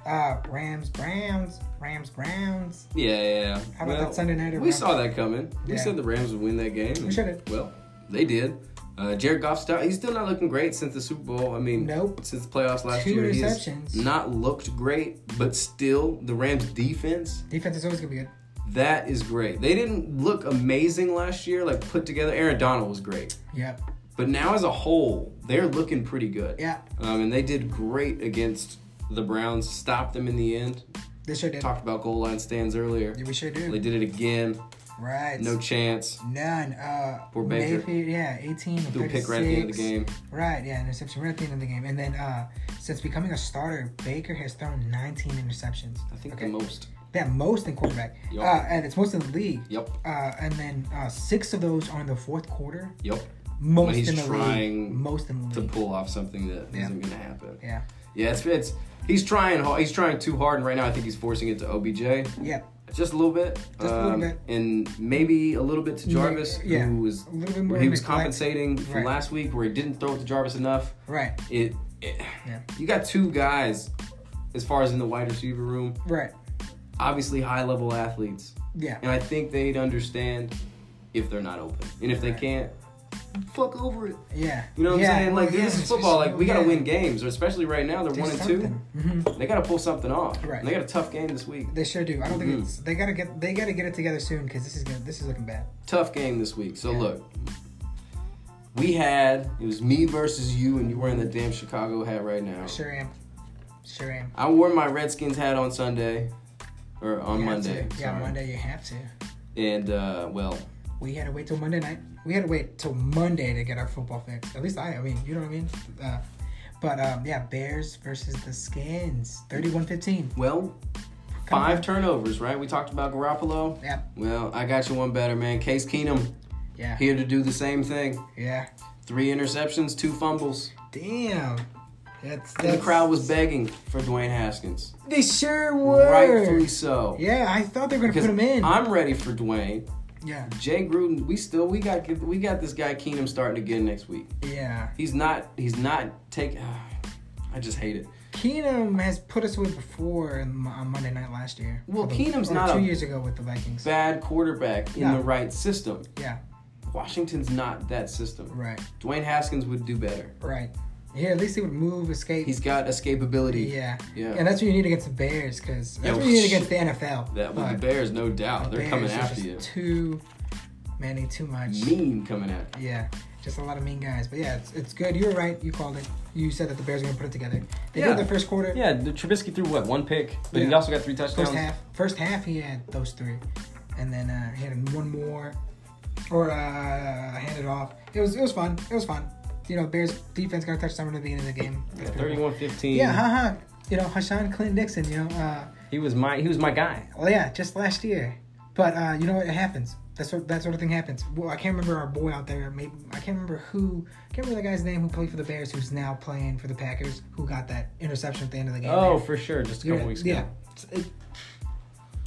Speaker 1: Uh, Rams, Browns, Rams, Browns.
Speaker 3: yeah, yeah. yeah.
Speaker 1: How about that Sunday night at
Speaker 3: We
Speaker 1: Rams?
Speaker 3: saw that coming. We
Speaker 1: Yeah.
Speaker 3: said the Rams would win that game. and,
Speaker 1: should've.
Speaker 3: Well, they did. Uh, Jared Goff, still, he's still not looking great since the Super Bowl. I mean,
Speaker 1: Nope.
Speaker 3: since the playoffs last
Speaker 1: Two
Speaker 3: year, he has
Speaker 1: interceptions.
Speaker 3: not looked great. But still, the Rams defense
Speaker 1: Defense is always gonna be good.
Speaker 3: that is great. They didn't look amazing last year, like put together. Aaron Donald was great,
Speaker 1: Yep.
Speaker 3: but now as a whole, they're looking pretty good.
Speaker 1: Yeah.
Speaker 3: um, and they did great against the Browns. Stopped them in the end.
Speaker 1: They sure did.
Speaker 3: talked about goal line stands earlier.
Speaker 1: Yeah, we sure do.
Speaker 3: They did it again.
Speaker 1: Right.
Speaker 3: No chance.
Speaker 1: None. Uh,
Speaker 3: Poor Baker.
Speaker 1: Mayfield, yeah, 18 and
Speaker 3: Threw a pick right at the end of
Speaker 1: 36.
Speaker 3: the game.
Speaker 1: Right, yeah, interception right at the end of the game. And then uh, since becoming a starter, Baker has thrown 19 interceptions.
Speaker 3: I think the most.
Speaker 1: That most in quarterback.
Speaker 3: Yup.
Speaker 1: Uh, and it's most in the league.
Speaker 3: Yup.
Speaker 1: Uh, and then uh, six of those are in the fourth quarter.
Speaker 3: Yep.
Speaker 1: Most
Speaker 3: he's
Speaker 1: in the league.
Speaker 3: trying
Speaker 1: Most in the
Speaker 3: To
Speaker 1: league.
Speaker 3: pull off something that
Speaker 1: Yeah.
Speaker 3: not going to happen.
Speaker 1: Yeah.
Speaker 3: Yeah, it's it's he's trying hard. He's trying too hard, and right now I think he's forcing it to OBJ.
Speaker 1: Yep.
Speaker 3: Just a little bit, um,
Speaker 1: a little bit.
Speaker 3: and maybe a little bit to Jarvis,
Speaker 1: yeah.
Speaker 3: who was
Speaker 1: A little bit more
Speaker 3: he was
Speaker 1: neglect.
Speaker 3: compensating from
Speaker 1: Right.
Speaker 3: last week, where he didn't throw it to Jarvis enough.
Speaker 1: Right.
Speaker 3: It, it
Speaker 1: Yeah.
Speaker 3: you got two guys as far as in the wide receiver room,
Speaker 1: Right.
Speaker 3: obviously high level athletes,
Speaker 1: Yeah.
Speaker 3: and I think they'd understand if they're not open, and if they can't, fuck over it.
Speaker 1: Yeah.
Speaker 3: You know what
Speaker 1: Yeah,
Speaker 3: I'm saying? Like
Speaker 1: well, yeah,
Speaker 3: this
Speaker 1: it's
Speaker 3: is football.
Speaker 1: just-
Speaker 3: Like we gotta
Speaker 1: yeah.
Speaker 3: win games, or especially right now they're
Speaker 1: Do
Speaker 3: one and
Speaker 1: something.
Speaker 3: two. They gotta pull something off.
Speaker 1: Right.
Speaker 3: And they got a tough game this week.
Speaker 1: They sure do. I don't think it's.
Speaker 3: Mm-hmm.
Speaker 1: They gotta get. They gotta get it together soon because this is gonna, this is looking bad.
Speaker 3: Tough game this week. So look, we had it was me versus you, and you're wearing the damn Chicago hat right now.
Speaker 1: Sure am. Sure am.
Speaker 3: I wore my Redskins hat on Sunday, or on
Speaker 1: You have
Speaker 3: Monday.
Speaker 1: to. Yeah,
Speaker 3: sorry.
Speaker 1: Monday you have to.
Speaker 3: And uh, well,
Speaker 1: We had to wait till Monday night. We had to wait till Monday to get our football fix. At least I. I mean, you know what I mean. Uh, but um, yeah, Bears versus the Skins, 31-15.
Speaker 3: well, five turnovers, right? We talked about Garoppolo.
Speaker 1: Yeah,
Speaker 3: Well, I got you one better, man. Case Keenum
Speaker 1: yeah,
Speaker 3: here to do the same thing.
Speaker 1: yeah.
Speaker 3: Three interceptions, two fumbles.
Speaker 1: Damn, that's,
Speaker 3: And
Speaker 1: that's
Speaker 3: the crowd was begging for Dwayne Haskins.
Speaker 1: They sure were.
Speaker 3: Rightfully so.
Speaker 1: Yeah, I thought they were gonna
Speaker 3: Because
Speaker 1: put him in.
Speaker 3: I'm ready for Dwayne.
Speaker 1: Yeah.
Speaker 3: Jay Gruden, we still we got we got this guy Keenum starting again next week.
Speaker 1: Yeah.
Speaker 3: He's not he's not taking. I just hate it.
Speaker 1: Keenum has put us away before in- on Monday night last year.
Speaker 3: Well,
Speaker 1: Although-
Speaker 3: Keenum's
Speaker 1: or
Speaker 3: not
Speaker 1: two
Speaker 3: a-
Speaker 1: years ago with the Vikings.
Speaker 3: Bad quarterback in
Speaker 1: Yeah.
Speaker 3: the right system.
Speaker 1: Yeah.
Speaker 3: Washington's not that system.
Speaker 1: Right.
Speaker 3: Dwayne Haskins would do better.
Speaker 1: Right. Here, at least he would move, escape.
Speaker 3: He's got escapability.
Speaker 1: yeah.
Speaker 3: Yeah.
Speaker 1: And that's what you need against the Bears, because that's
Speaker 3: Yeah,
Speaker 1: what
Speaker 3: well,
Speaker 1: you need
Speaker 3: shit.
Speaker 1: against the NFL.
Speaker 3: That with
Speaker 1: But
Speaker 3: the Bears, no doubt, they're
Speaker 1: Bears
Speaker 3: coming
Speaker 1: are
Speaker 3: after
Speaker 1: just Too
Speaker 3: you.
Speaker 1: many, too much.
Speaker 3: Mean coming after. you.
Speaker 1: Yeah, just a lot of mean guys. But yeah, it's, it's good. You were right. You called it. You said that the Bears were going to put it together. They
Speaker 3: Yeah.
Speaker 1: did the first quarter.
Speaker 3: Yeah, the Trubisky threw what one pick, but he
Speaker 1: Yeah.
Speaker 3: also got three touchdowns.
Speaker 1: First half. First half, he had those three, and then uh, he had one more, or uh, handed off. It was it was fun. It was fun. You know, Bears defense got a touchdown at the beginning of the game. That's pretty cool.
Speaker 3: 31-15.
Speaker 1: Yeah, haha. You know, Hashan Clint Dixon. You know, uh,
Speaker 3: He was my he was my guy.
Speaker 1: well, Oh, yeah, just last year. But uh, you know what? It happens. That's what that sort of thing happens. Well, I can't remember our boy out there. Maybe I can't remember who. I can't remember the guy's name who played for the Bears, who's now playing for the Packers, who got that interception at the end of the game.
Speaker 3: Oh,
Speaker 1: there.
Speaker 3: for sure, just a couple
Speaker 1: Yeah,
Speaker 3: weeks ago.
Speaker 1: yeah. It's- it-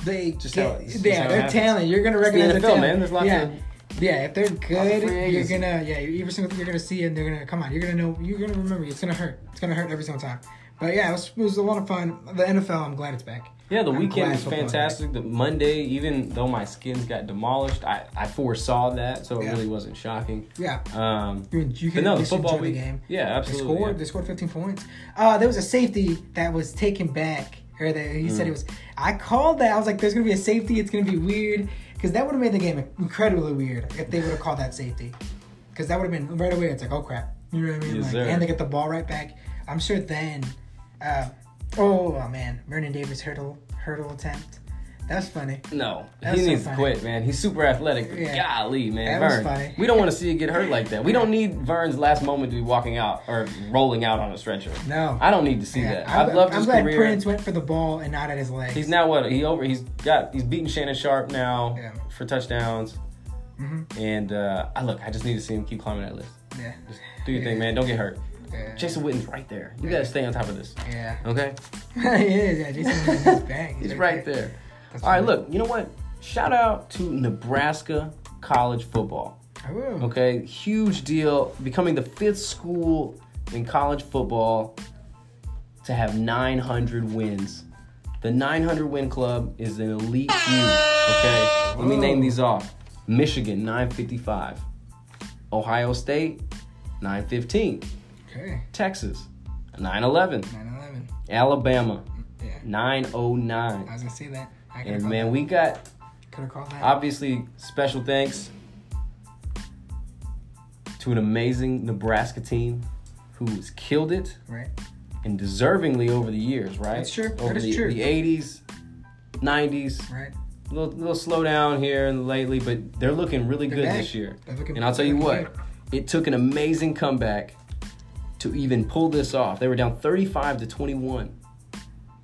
Speaker 1: they
Speaker 3: Just
Speaker 1: get,
Speaker 3: how it- it's just
Speaker 1: yeah,
Speaker 3: how it
Speaker 1: they're
Speaker 3: happens.
Speaker 1: talent. You're gonna recognize
Speaker 3: NFL,
Speaker 1: their talent.
Speaker 3: man. There's lots
Speaker 1: yeah.
Speaker 3: of-
Speaker 1: yeah, if they're good,
Speaker 3: free
Speaker 1: you're
Speaker 3: agents.
Speaker 1: gonna yeah, you every single thing you're gonna see and they're gonna come on. You're gonna know. You're gonna remember. It's gonna hurt. It's gonna hurt every single time. But yeah, it was, it was a lot of fun. The NFL, I'm glad it's back.
Speaker 3: Yeah, the
Speaker 1: I'm
Speaker 3: weekend
Speaker 1: glad
Speaker 3: was
Speaker 1: football is back.
Speaker 3: fantastic. The Monday, even though my skins got demolished, I, I foresaw that, so it
Speaker 1: Yeah.
Speaker 3: really wasn't shocking.
Speaker 1: Yeah.
Speaker 3: Um,
Speaker 1: I mean, you
Speaker 3: but
Speaker 1: can
Speaker 3: no,
Speaker 1: at
Speaker 3: the
Speaker 1: least
Speaker 3: football
Speaker 1: enjoy
Speaker 3: week,
Speaker 1: the game.
Speaker 3: yeah, absolutely.
Speaker 1: They scored.
Speaker 3: yeah.
Speaker 1: They scored 15 points. Uh, there was a safety that was taken back, or that he
Speaker 3: Hmm.
Speaker 1: said it was. I called that. I was like, "There's gonna be a safety. It's gonna be weird," because that would have made the game incredibly weird if they would have called that safety. Because that would have been right away. It's like, oh crap. You know what I mean?
Speaker 3: Yes,
Speaker 1: like,
Speaker 3: sir.
Speaker 1: and they get the ball right back. I'm sure then. Uh, oh, oh, man, Vernon Davis hurdle hurdle attempt. That's funny.
Speaker 3: No,
Speaker 1: That's
Speaker 3: he
Speaker 1: so
Speaker 3: needs to
Speaker 1: funny.
Speaker 3: quit, man. He's super athletic. but
Speaker 1: Yeah.
Speaker 3: Golly, man,
Speaker 1: That was
Speaker 3: Vern.
Speaker 1: funny.
Speaker 3: We don't want to see you get hurt like that. We don't need Vern's last moment to be walking out or rolling out on a stretcher.
Speaker 1: No.
Speaker 3: I don't need to see
Speaker 1: Yeah.
Speaker 3: that.
Speaker 1: I'm,
Speaker 3: I've loved
Speaker 1: I'm
Speaker 3: his
Speaker 1: glad
Speaker 3: career.
Speaker 1: Prince went for the ball and not at his legs.
Speaker 3: He's now what he over. He's got. He's beating Shannon Sharp now
Speaker 1: Yeah. Mm-hmm.
Speaker 3: for touchdowns. And uh, I look. I just need to see him keep climbing that list.
Speaker 1: yeah.
Speaker 3: Just do your thing,
Speaker 1: Yeah.
Speaker 3: man. Don't get hurt.
Speaker 1: Yeah.
Speaker 3: Jason Witten's right there. You gotta stay on top of this.
Speaker 1: Yeah.
Speaker 3: Okay,
Speaker 1: he is. Yeah, Jason Witten's back.
Speaker 3: he's right there. All right, look. You know what? Shout out to Nebraska college football.
Speaker 1: Ooh.
Speaker 3: Okay, huge deal. Becoming the fifth school in college football to have 900 wins. The 900 win club is an elite few. Okay, let me name these off Michigan, 955. Ohio State, 915.
Speaker 1: Okay.
Speaker 3: Texas, 911.
Speaker 1: 9-11.
Speaker 3: Alabama,
Speaker 1: Yeah. I
Speaker 3: 909.
Speaker 1: was gonna say that. I could've
Speaker 3: And
Speaker 1: called
Speaker 3: man,
Speaker 1: that.
Speaker 3: we got
Speaker 1: could have called that.
Speaker 3: obviously special thanks to an amazing Nebraska team who's killed it
Speaker 1: right.
Speaker 3: and deservingly over the years, right?
Speaker 1: That's true.
Speaker 3: Over
Speaker 1: That is
Speaker 3: the,
Speaker 1: true.
Speaker 3: the 80s, 90s,
Speaker 1: Right.
Speaker 3: little, little slowdown here and lately, but they're looking really
Speaker 1: They're
Speaker 3: good
Speaker 1: back.
Speaker 3: this year.
Speaker 1: They're looking-
Speaker 3: and I'll tell
Speaker 1: they're
Speaker 3: you
Speaker 1: looking
Speaker 3: what, it took an amazing comeback to even pull this off. They were down 35 to 21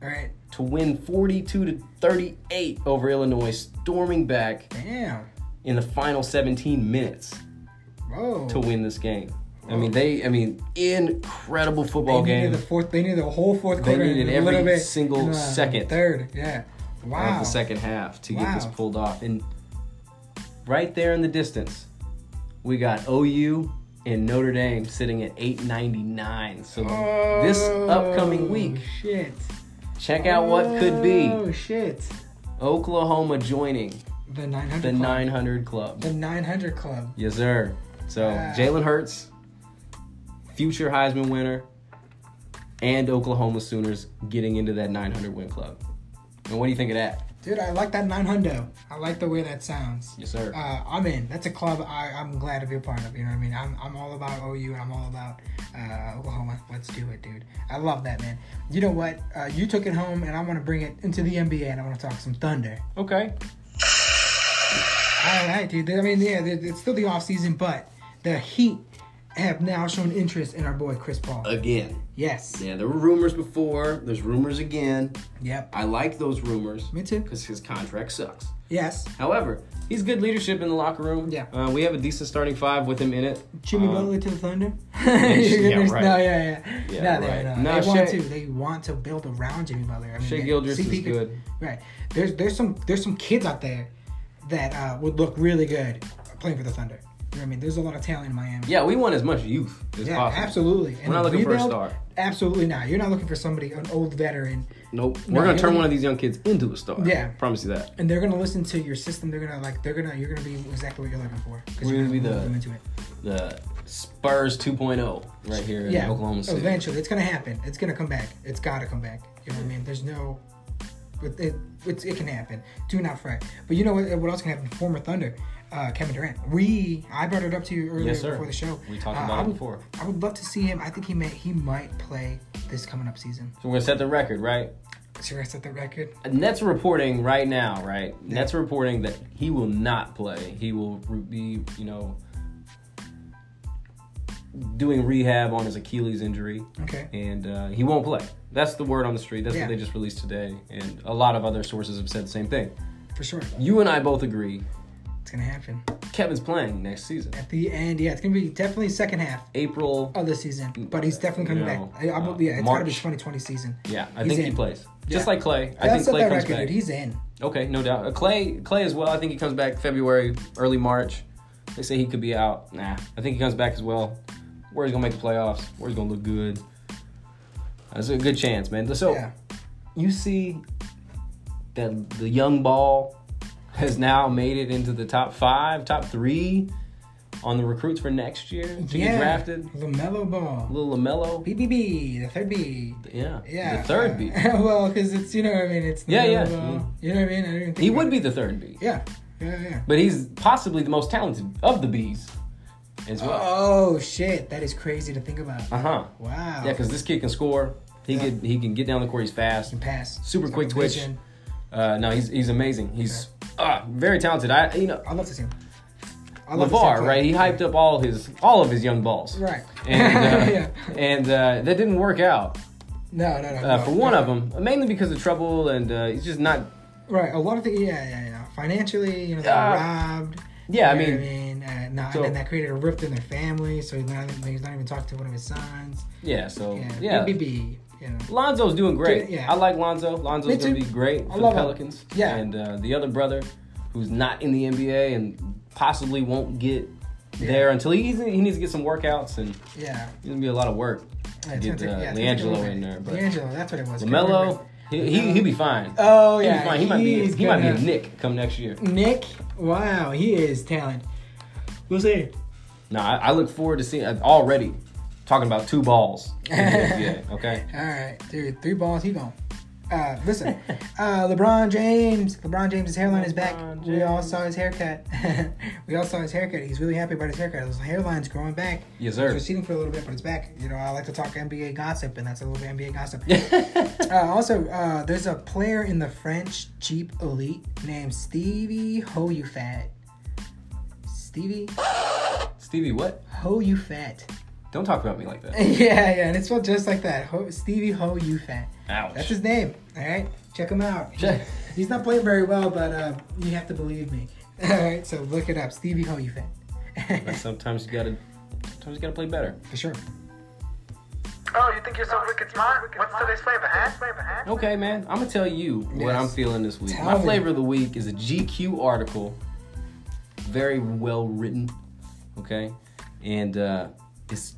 Speaker 1: All right.
Speaker 3: to win 42 to 38 over Illinois, storming back
Speaker 1: Damn.
Speaker 3: in the final 17 minutes
Speaker 1: Whoa.
Speaker 3: to win this game. I mean, they, I mean, incredible football
Speaker 1: they
Speaker 3: game
Speaker 1: needed the fourth. They needed the whole fourth
Speaker 3: They
Speaker 1: quarter. and
Speaker 3: needed
Speaker 1: a little
Speaker 3: every
Speaker 1: bit
Speaker 3: single
Speaker 1: in the
Speaker 3: second.
Speaker 1: Third. Yeah. Wow.
Speaker 3: of the second half to get this
Speaker 1: Wow.
Speaker 3: pulled off. And right there in the distance, we got OU and Notre Dame sitting at 899. So this upcoming
Speaker 1: Oh,
Speaker 3: week,
Speaker 1: Shit.
Speaker 3: check out what could be
Speaker 1: Oh shit.
Speaker 3: Oklahoma joining
Speaker 1: The 900.
Speaker 3: the
Speaker 1: club.
Speaker 3: 900 club.
Speaker 1: The 900 club.
Speaker 3: Yes, sir. So
Speaker 1: Wow.
Speaker 3: Jalen Hurts, future Heisman winner, and Oklahoma Sooners getting into that 900 win club. And what do you think of that?
Speaker 1: Dude, I like that 900. I like the way that sounds.
Speaker 3: Yes, sir.
Speaker 1: uh, I'm in. That's a club I, I'm glad to be a part of. You know what I mean? I'm, I'm all about OU and I'm all about uh, Oklahoma. Let's do it, dude. I love that, man. You know what? Uh, you took it home, and I want to bring it into the NBA and I want to talk some Thunder.
Speaker 3: Okay.
Speaker 1: All right, dude. I mean, yeah, it- it's still the off season, but the Heat have now shown interest in our boy Chris Paul.
Speaker 3: Uh, Again.
Speaker 1: yes.
Speaker 3: Yeah, there were rumors before. There's rumors again.
Speaker 1: Yep.
Speaker 3: I like those rumors.
Speaker 1: Me too.
Speaker 3: Because his contract sucks.
Speaker 1: Yes.
Speaker 3: However, he's good leadership in the locker room.
Speaker 1: Yeah.
Speaker 3: Uh, we have a decent starting five with him in it.
Speaker 1: Jimmy
Speaker 3: Um,
Speaker 1: Butler to the Thunder?
Speaker 3: yeah,
Speaker 1: There's-
Speaker 3: right.
Speaker 1: No, yeah, yeah.
Speaker 3: Yeah,
Speaker 1: no,
Speaker 3: right.
Speaker 1: they, no,
Speaker 3: No,
Speaker 1: they want
Speaker 3: Shea-
Speaker 1: to. They want to build around Jimmy Butler. I mean,
Speaker 3: Shea
Speaker 1: they- CP
Speaker 3: Gilgeous is
Speaker 1: could-
Speaker 3: good.
Speaker 1: Right. There's there's some there's some kids out there that uh, would look really good playing for the Thunder. You know what I mean? There's a lot of talent in Miami.
Speaker 3: Yeah, we want as much youth as
Speaker 1: Yeah,
Speaker 3: possible.
Speaker 1: absolutely. And
Speaker 3: We're not
Speaker 1: the
Speaker 3: looking for a
Speaker 1: rebuild?
Speaker 3: star.
Speaker 1: Absolutely not. You're not looking for somebody, an old veteran,
Speaker 3: Nope.
Speaker 1: No,
Speaker 3: We're gonna
Speaker 1: you
Speaker 3: turn
Speaker 1: don't-
Speaker 3: one of these young kids into a star.
Speaker 1: Yeah.
Speaker 3: Promise you that.
Speaker 1: and they're gonna listen to your system. They're gonna like, they're gonna, you're gonna be exactly what you're looking for. 'cause
Speaker 3: We're
Speaker 1: you're
Speaker 3: gonna be the-
Speaker 1: mold them into it.
Speaker 3: The Spurs 2.0 right here in
Speaker 1: yeah,
Speaker 3: Oklahoma City.
Speaker 1: Eventually, it's gonna happen. It's gonna come back. It's gotta come back. You know what I mean? There's no, it, it, it's, it can happen. Do not fret. But you know what? What else can happen? Former Thunder, uh, Kevin Durant. We, I brought it up to you earlier
Speaker 3: Yes, sir.
Speaker 1: before the show.
Speaker 3: We talked
Speaker 1: Uh,
Speaker 3: about
Speaker 1: I
Speaker 3: it
Speaker 1: would-
Speaker 3: before.
Speaker 1: I would love to see him. I think he may, he might play this coming up season.
Speaker 3: So we're gonna set the record, right?
Speaker 1: Should I set the record?
Speaker 3: Nets reporting right now, right? Nets reporting that he will not play. He will re- be, you know, doing rehab on his Achilles injury,
Speaker 1: Okay.
Speaker 3: and uh, he won't play. That's the word on the street. That's
Speaker 1: Yeah.
Speaker 3: what they just released today, and a lot of other sources have said the same thing.
Speaker 1: For sure,
Speaker 3: You and I both agree.
Speaker 1: it's gonna happen
Speaker 3: Kevin's playing next season,
Speaker 1: at the end. Yeah, it's gonna be definitely second half
Speaker 3: April.
Speaker 1: of the season, but he's definitely coming
Speaker 3: No,
Speaker 1: back. I, I,
Speaker 3: uh,
Speaker 1: yeah, it's gotta be
Speaker 3: March.
Speaker 1: 2020 season.
Speaker 3: Yeah, I
Speaker 1: He's
Speaker 3: think he
Speaker 1: in.
Speaker 3: plays.
Speaker 1: Yeah.
Speaker 3: Just like Clay, I
Speaker 1: That's
Speaker 3: think Clay
Speaker 1: that
Speaker 3: comes
Speaker 1: record,
Speaker 3: back.
Speaker 1: dude. He's in.
Speaker 3: Okay, no doubt. Uh, Clay, Clay as well. I think he comes back February, early March. They say he could be out. Nah, I think he comes back as well. Where he's gonna make the playoffs? Where he's gonna look good? That's a good chance, man. So
Speaker 1: Yeah.
Speaker 3: you see that the young ball has now made it into the top five, top three on the recruits for next year to
Speaker 1: yeah.
Speaker 3: get drafted.
Speaker 1: Lamelo Ball.
Speaker 3: Little Lamelo,
Speaker 1: BBB, the third B.
Speaker 3: yeah,
Speaker 1: Yeah.
Speaker 3: the third
Speaker 1: uh,
Speaker 3: B.
Speaker 1: well, because it's you know what I mean. It's the
Speaker 3: Yeah, yeah.
Speaker 1: middle of, uh, You know what I mean. I didn't even think
Speaker 3: He
Speaker 1: about
Speaker 3: would
Speaker 1: it.
Speaker 3: be the third B,
Speaker 1: Yeah. Yeah. Yeah.
Speaker 3: but he's possibly the most talented of the Bs as well.
Speaker 1: Oh shit! That is crazy to think about.
Speaker 3: Uh huh.
Speaker 1: Wow.
Speaker 3: Yeah, because this kid can score. He
Speaker 1: Yeah.
Speaker 3: can he can get down the court. He's fast.
Speaker 1: Can pass.
Speaker 3: Super
Speaker 1: He's got
Speaker 3: quick
Speaker 1: the
Speaker 3: twitch.
Speaker 1: vision.
Speaker 3: Uh, no, he's he's amazing. He's ah very talented. I you know
Speaker 1: I'd love to see him. I love to see him
Speaker 3: Lavar
Speaker 1: play.
Speaker 3: right? He hyped up all his all of his young balls.
Speaker 1: Right.
Speaker 3: And uh,
Speaker 1: Yeah.
Speaker 3: and uh, that didn't work out
Speaker 1: No, no, no.
Speaker 3: uh,
Speaker 1: no,
Speaker 3: for one
Speaker 1: no.
Speaker 3: of them, mainly because of trouble and uh, he's just not.
Speaker 1: Right. A lot of things. Yeah, yeah, yeah. Financially, you know, they were
Speaker 3: Uh,
Speaker 1: robbed.
Speaker 3: Yeah, I
Speaker 1: you know what I
Speaker 3: mean,
Speaker 1: mean, uh, no,
Speaker 3: so-
Speaker 1: and then that created a rift in their family. So he's not, he's not even talking to one of his sons.
Speaker 3: yeah. So
Speaker 1: Yeah.
Speaker 3: Oh, yeah,
Speaker 1: BBB. You know.
Speaker 3: Lonzo's doing great.
Speaker 1: Yeah.
Speaker 3: I like Lonzo.
Speaker 1: Me
Speaker 3: Lonzo's
Speaker 1: too.
Speaker 3: gonna be great
Speaker 1: I
Speaker 3: for the
Speaker 1: love him.
Speaker 3: Pelicans.
Speaker 1: Yeah.
Speaker 3: And uh, the other brother, who's not in the NBA and possibly won't get there until he he's, he needs to get some workouts and it's
Speaker 1: Yeah.
Speaker 3: gonna be a lot of work.
Speaker 1: Yeah, it's
Speaker 3: Get,
Speaker 1: gonna
Speaker 3: uh,
Speaker 1: take- yeah, it's gonna take a
Speaker 3: LiAngelo
Speaker 1: little bit.
Speaker 3: in there, but-
Speaker 1: LiAngelo, that's what it was.
Speaker 3: Lamelo, he, he he'll be fine.
Speaker 1: Oh,
Speaker 3: He'll be
Speaker 1: yeah,
Speaker 3: fine. He might be
Speaker 1: he's
Speaker 3: he might be a
Speaker 1: gonna-
Speaker 3: Nick come next year.
Speaker 1: Nick, wow, he is talent. We'll see.
Speaker 3: No, I, I look forward to seeing. I've already talking about two balls. in the NBA, okay.
Speaker 1: All right, dude, three balls, he gone. Uh, listen, uh, LeBron James. LeBron James' hairline is back.
Speaker 3: LeBron
Speaker 1: We all saw his haircut. we all saw his haircut. He's really happy about his haircut. His hairline's growing back.
Speaker 3: Yes, sir.
Speaker 1: It's receding for a little bit, but it's back. You know, I like to talk NBA gossip, and that's a little bit NBA gossip. uh, also, uh, there's a player in the French Jeep Elite named Stevie Hoyufat. Stevie
Speaker 3: Stevie, what?
Speaker 1: Hoyufat.
Speaker 3: Don't talk about me like that.
Speaker 1: Yeah, yeah, and it's spelled just like that. Ho- Stevie Ho Ufat.
Speaker 3: Ouch.
Speaker 1: That's his name. All right, check him out.
Speaker 3: Check.
Speaker 1: He's not playing very well, but uh, you have to believe me. All right, so look it up, Stevie Ho
Speaker 3: But
Speaker 1: Ufat.
Speaker 3: sometimes you gotta sometimes you gotta play better.
Speaker 1: For sure.
Speaker 12: Oh, you think you're so wicked smart? What's today's flavor, huh? Flavor, huh?
Speaker 3: Okay, man. I'm gonna tell you what
Speaker 1: Yes.
Speaker 3: I'm feeling this week.
Speaker 1: Tell
Speaker 3: My
Speaker 1: me.
Speaker 3: flavor of the week is a GQ article, very well written. Okay, and uh, it's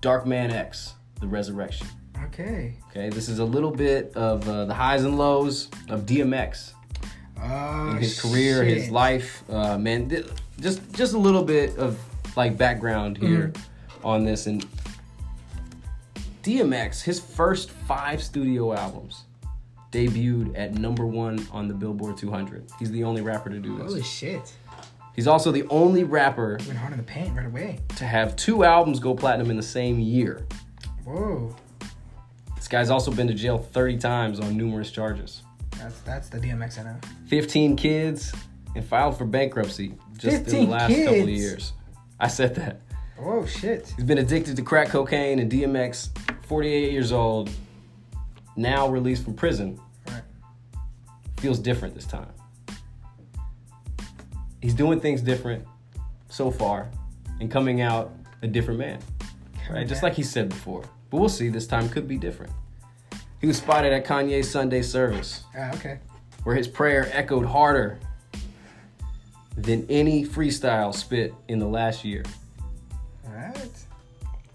Speaker 3: Dark Man X: The Resurrection.
Speaker 1: Okay.
Speaker 3: Okay, this is a little bit of uh, the highs and lows of DMX,
Speaker 1: Oh,
Speaker 3: his career, his
Speaker 1: shit.
Speaker 3: life. Uh, man, th- just just a little bit of like background
Speaker 1: Mm-hmm.
Speaker 3: here on this and. DMX, his first five studio albums debuted at number one on the Billboard 200. He's the only rapper to do this.
Speaker 1: Holy shit!
Speaker 3: He's also the only rapper
Speaker 1: Went hard in the paint right away.
Speaker 3: to have two albums go platinum in the same year.
Speaker 1: Whoa,
Speaker 3: This guy's also been to jail 30 times on numerous charges.
Speaker 1: that's that's the DMX I know.
Speaker 3: 15 kids and filed for bankruptcy just in
Speaker 1: 15
Speaker 3: the last couple of
Speaker 1: kids?
Speaker 3: years. I said that.
Speaker 1: Whoa, shit.
Speaker 3: He's been addicted to crack cocaine and DMX, 48 years old, now released from prison.
Speaker 1: Right.
Speaker 3: feels different this time. He's doing things different so far and coming out a different man, right? Just like he said before. But we'll see, this time could be different. He was spotted at Kanye's Sunday service,
Speaker 1: Ah, okay.
Speaker 3: where his prayer echoed harder than any freestyle spit in the last year.
Speaker 1: All right.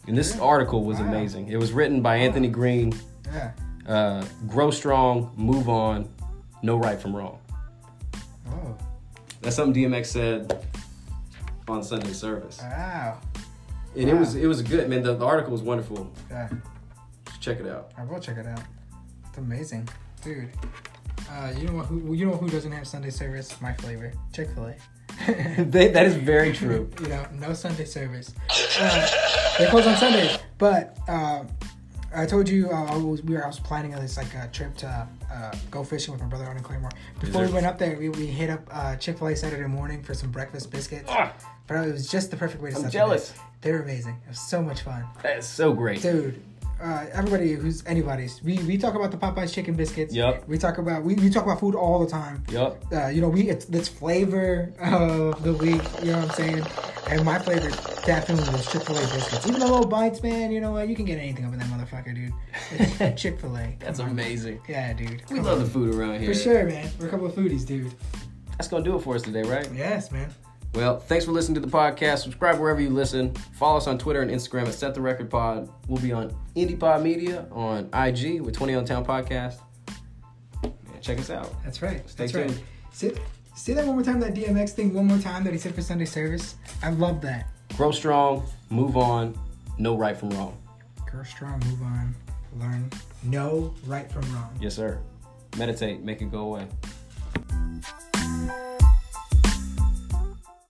Speaker 3: And this article was amazing. It was written by Anthony Green.
Speaker 1: Yeah.
Speaker 3: Uh, grow strong, move on, no right from wrong.
Speaker 1: Oh.
Speaker 3: That's something DMX said on Sunday service.
Speaker 1: Wow.
Speaker 3: And it was it was good, man. The, the article was wonderful.
Speaker 1: Yeah.
Speaker 3: Check it out.
Speaker 1: I will check it out. It's amazing, dude. Uh, you know what? Who, you know who doesn't have Sunday service? My flavor, Chick Fil A.
Speaker 3: They- that is very true.
Speaker 1: you know, no Sunday service. Uh, they close on Sundays, but um I told you uh, I was, we were I was planning on this like uh, trip to uh, go fishing with my brother on in Claymore. Before we went up there, we, we hit up uh, Chick Fil A Saturday morning for some breakfast biscuits. But it was just the perfect way to. set the day.
Speaker 3: jealous.
Speaker 1: They were amazing. It was so much fun
Speaker 3: That is so great.
Speaker 1: dude. Uh, everybody who's anybody's, we, we talk about the Popeyes chicken biscuits.
Speaker 3: Yep.
Speaker 1: We talk about we, we talk about food all the time.
Speaker 3: Yup.
Speaker 1: Uh, you know we it's this flavor of the week. You know what I'm saying? And my flavor definitely was Chick Fil A biscuits. Even the little bites, man. You know what? You can get anything up in that motherfucker, dude. Chick Fil A.
Speaker 3: That's amazing.
Speaker 1: Yeah, dude.
Speaker 3: We love the food around here.
Speaker 1: For sure, man. We're a couple of foodies, dude.
Speaker 3: That's gonna do it for us today, right?
Speaker 1: Yes, man.
Speaker 3: Well, thanks for listening to the podcast. Subscribe wherever you listen. Follow us on Twitter and Instagram at Set the Record Pod. We'll be on Indie Pod Media on IG with 20 on Town Podcast. Yeah, check us out.
Speaker 1: That's right.
Speaker 3: Stay
Speaker 1: That's right.
Speaker 3: tuned.
Speaker 1: Sit. Say that one more time. That DMX thing one more time that he said for Sunday service. I love that.
Speaker 3: Grow strong, move on, no right from wrong.
Speaker 1: Grow strong, move on, learn, know right from wrong.
Speaker 3: Yes, sir. Meditate, make it go away.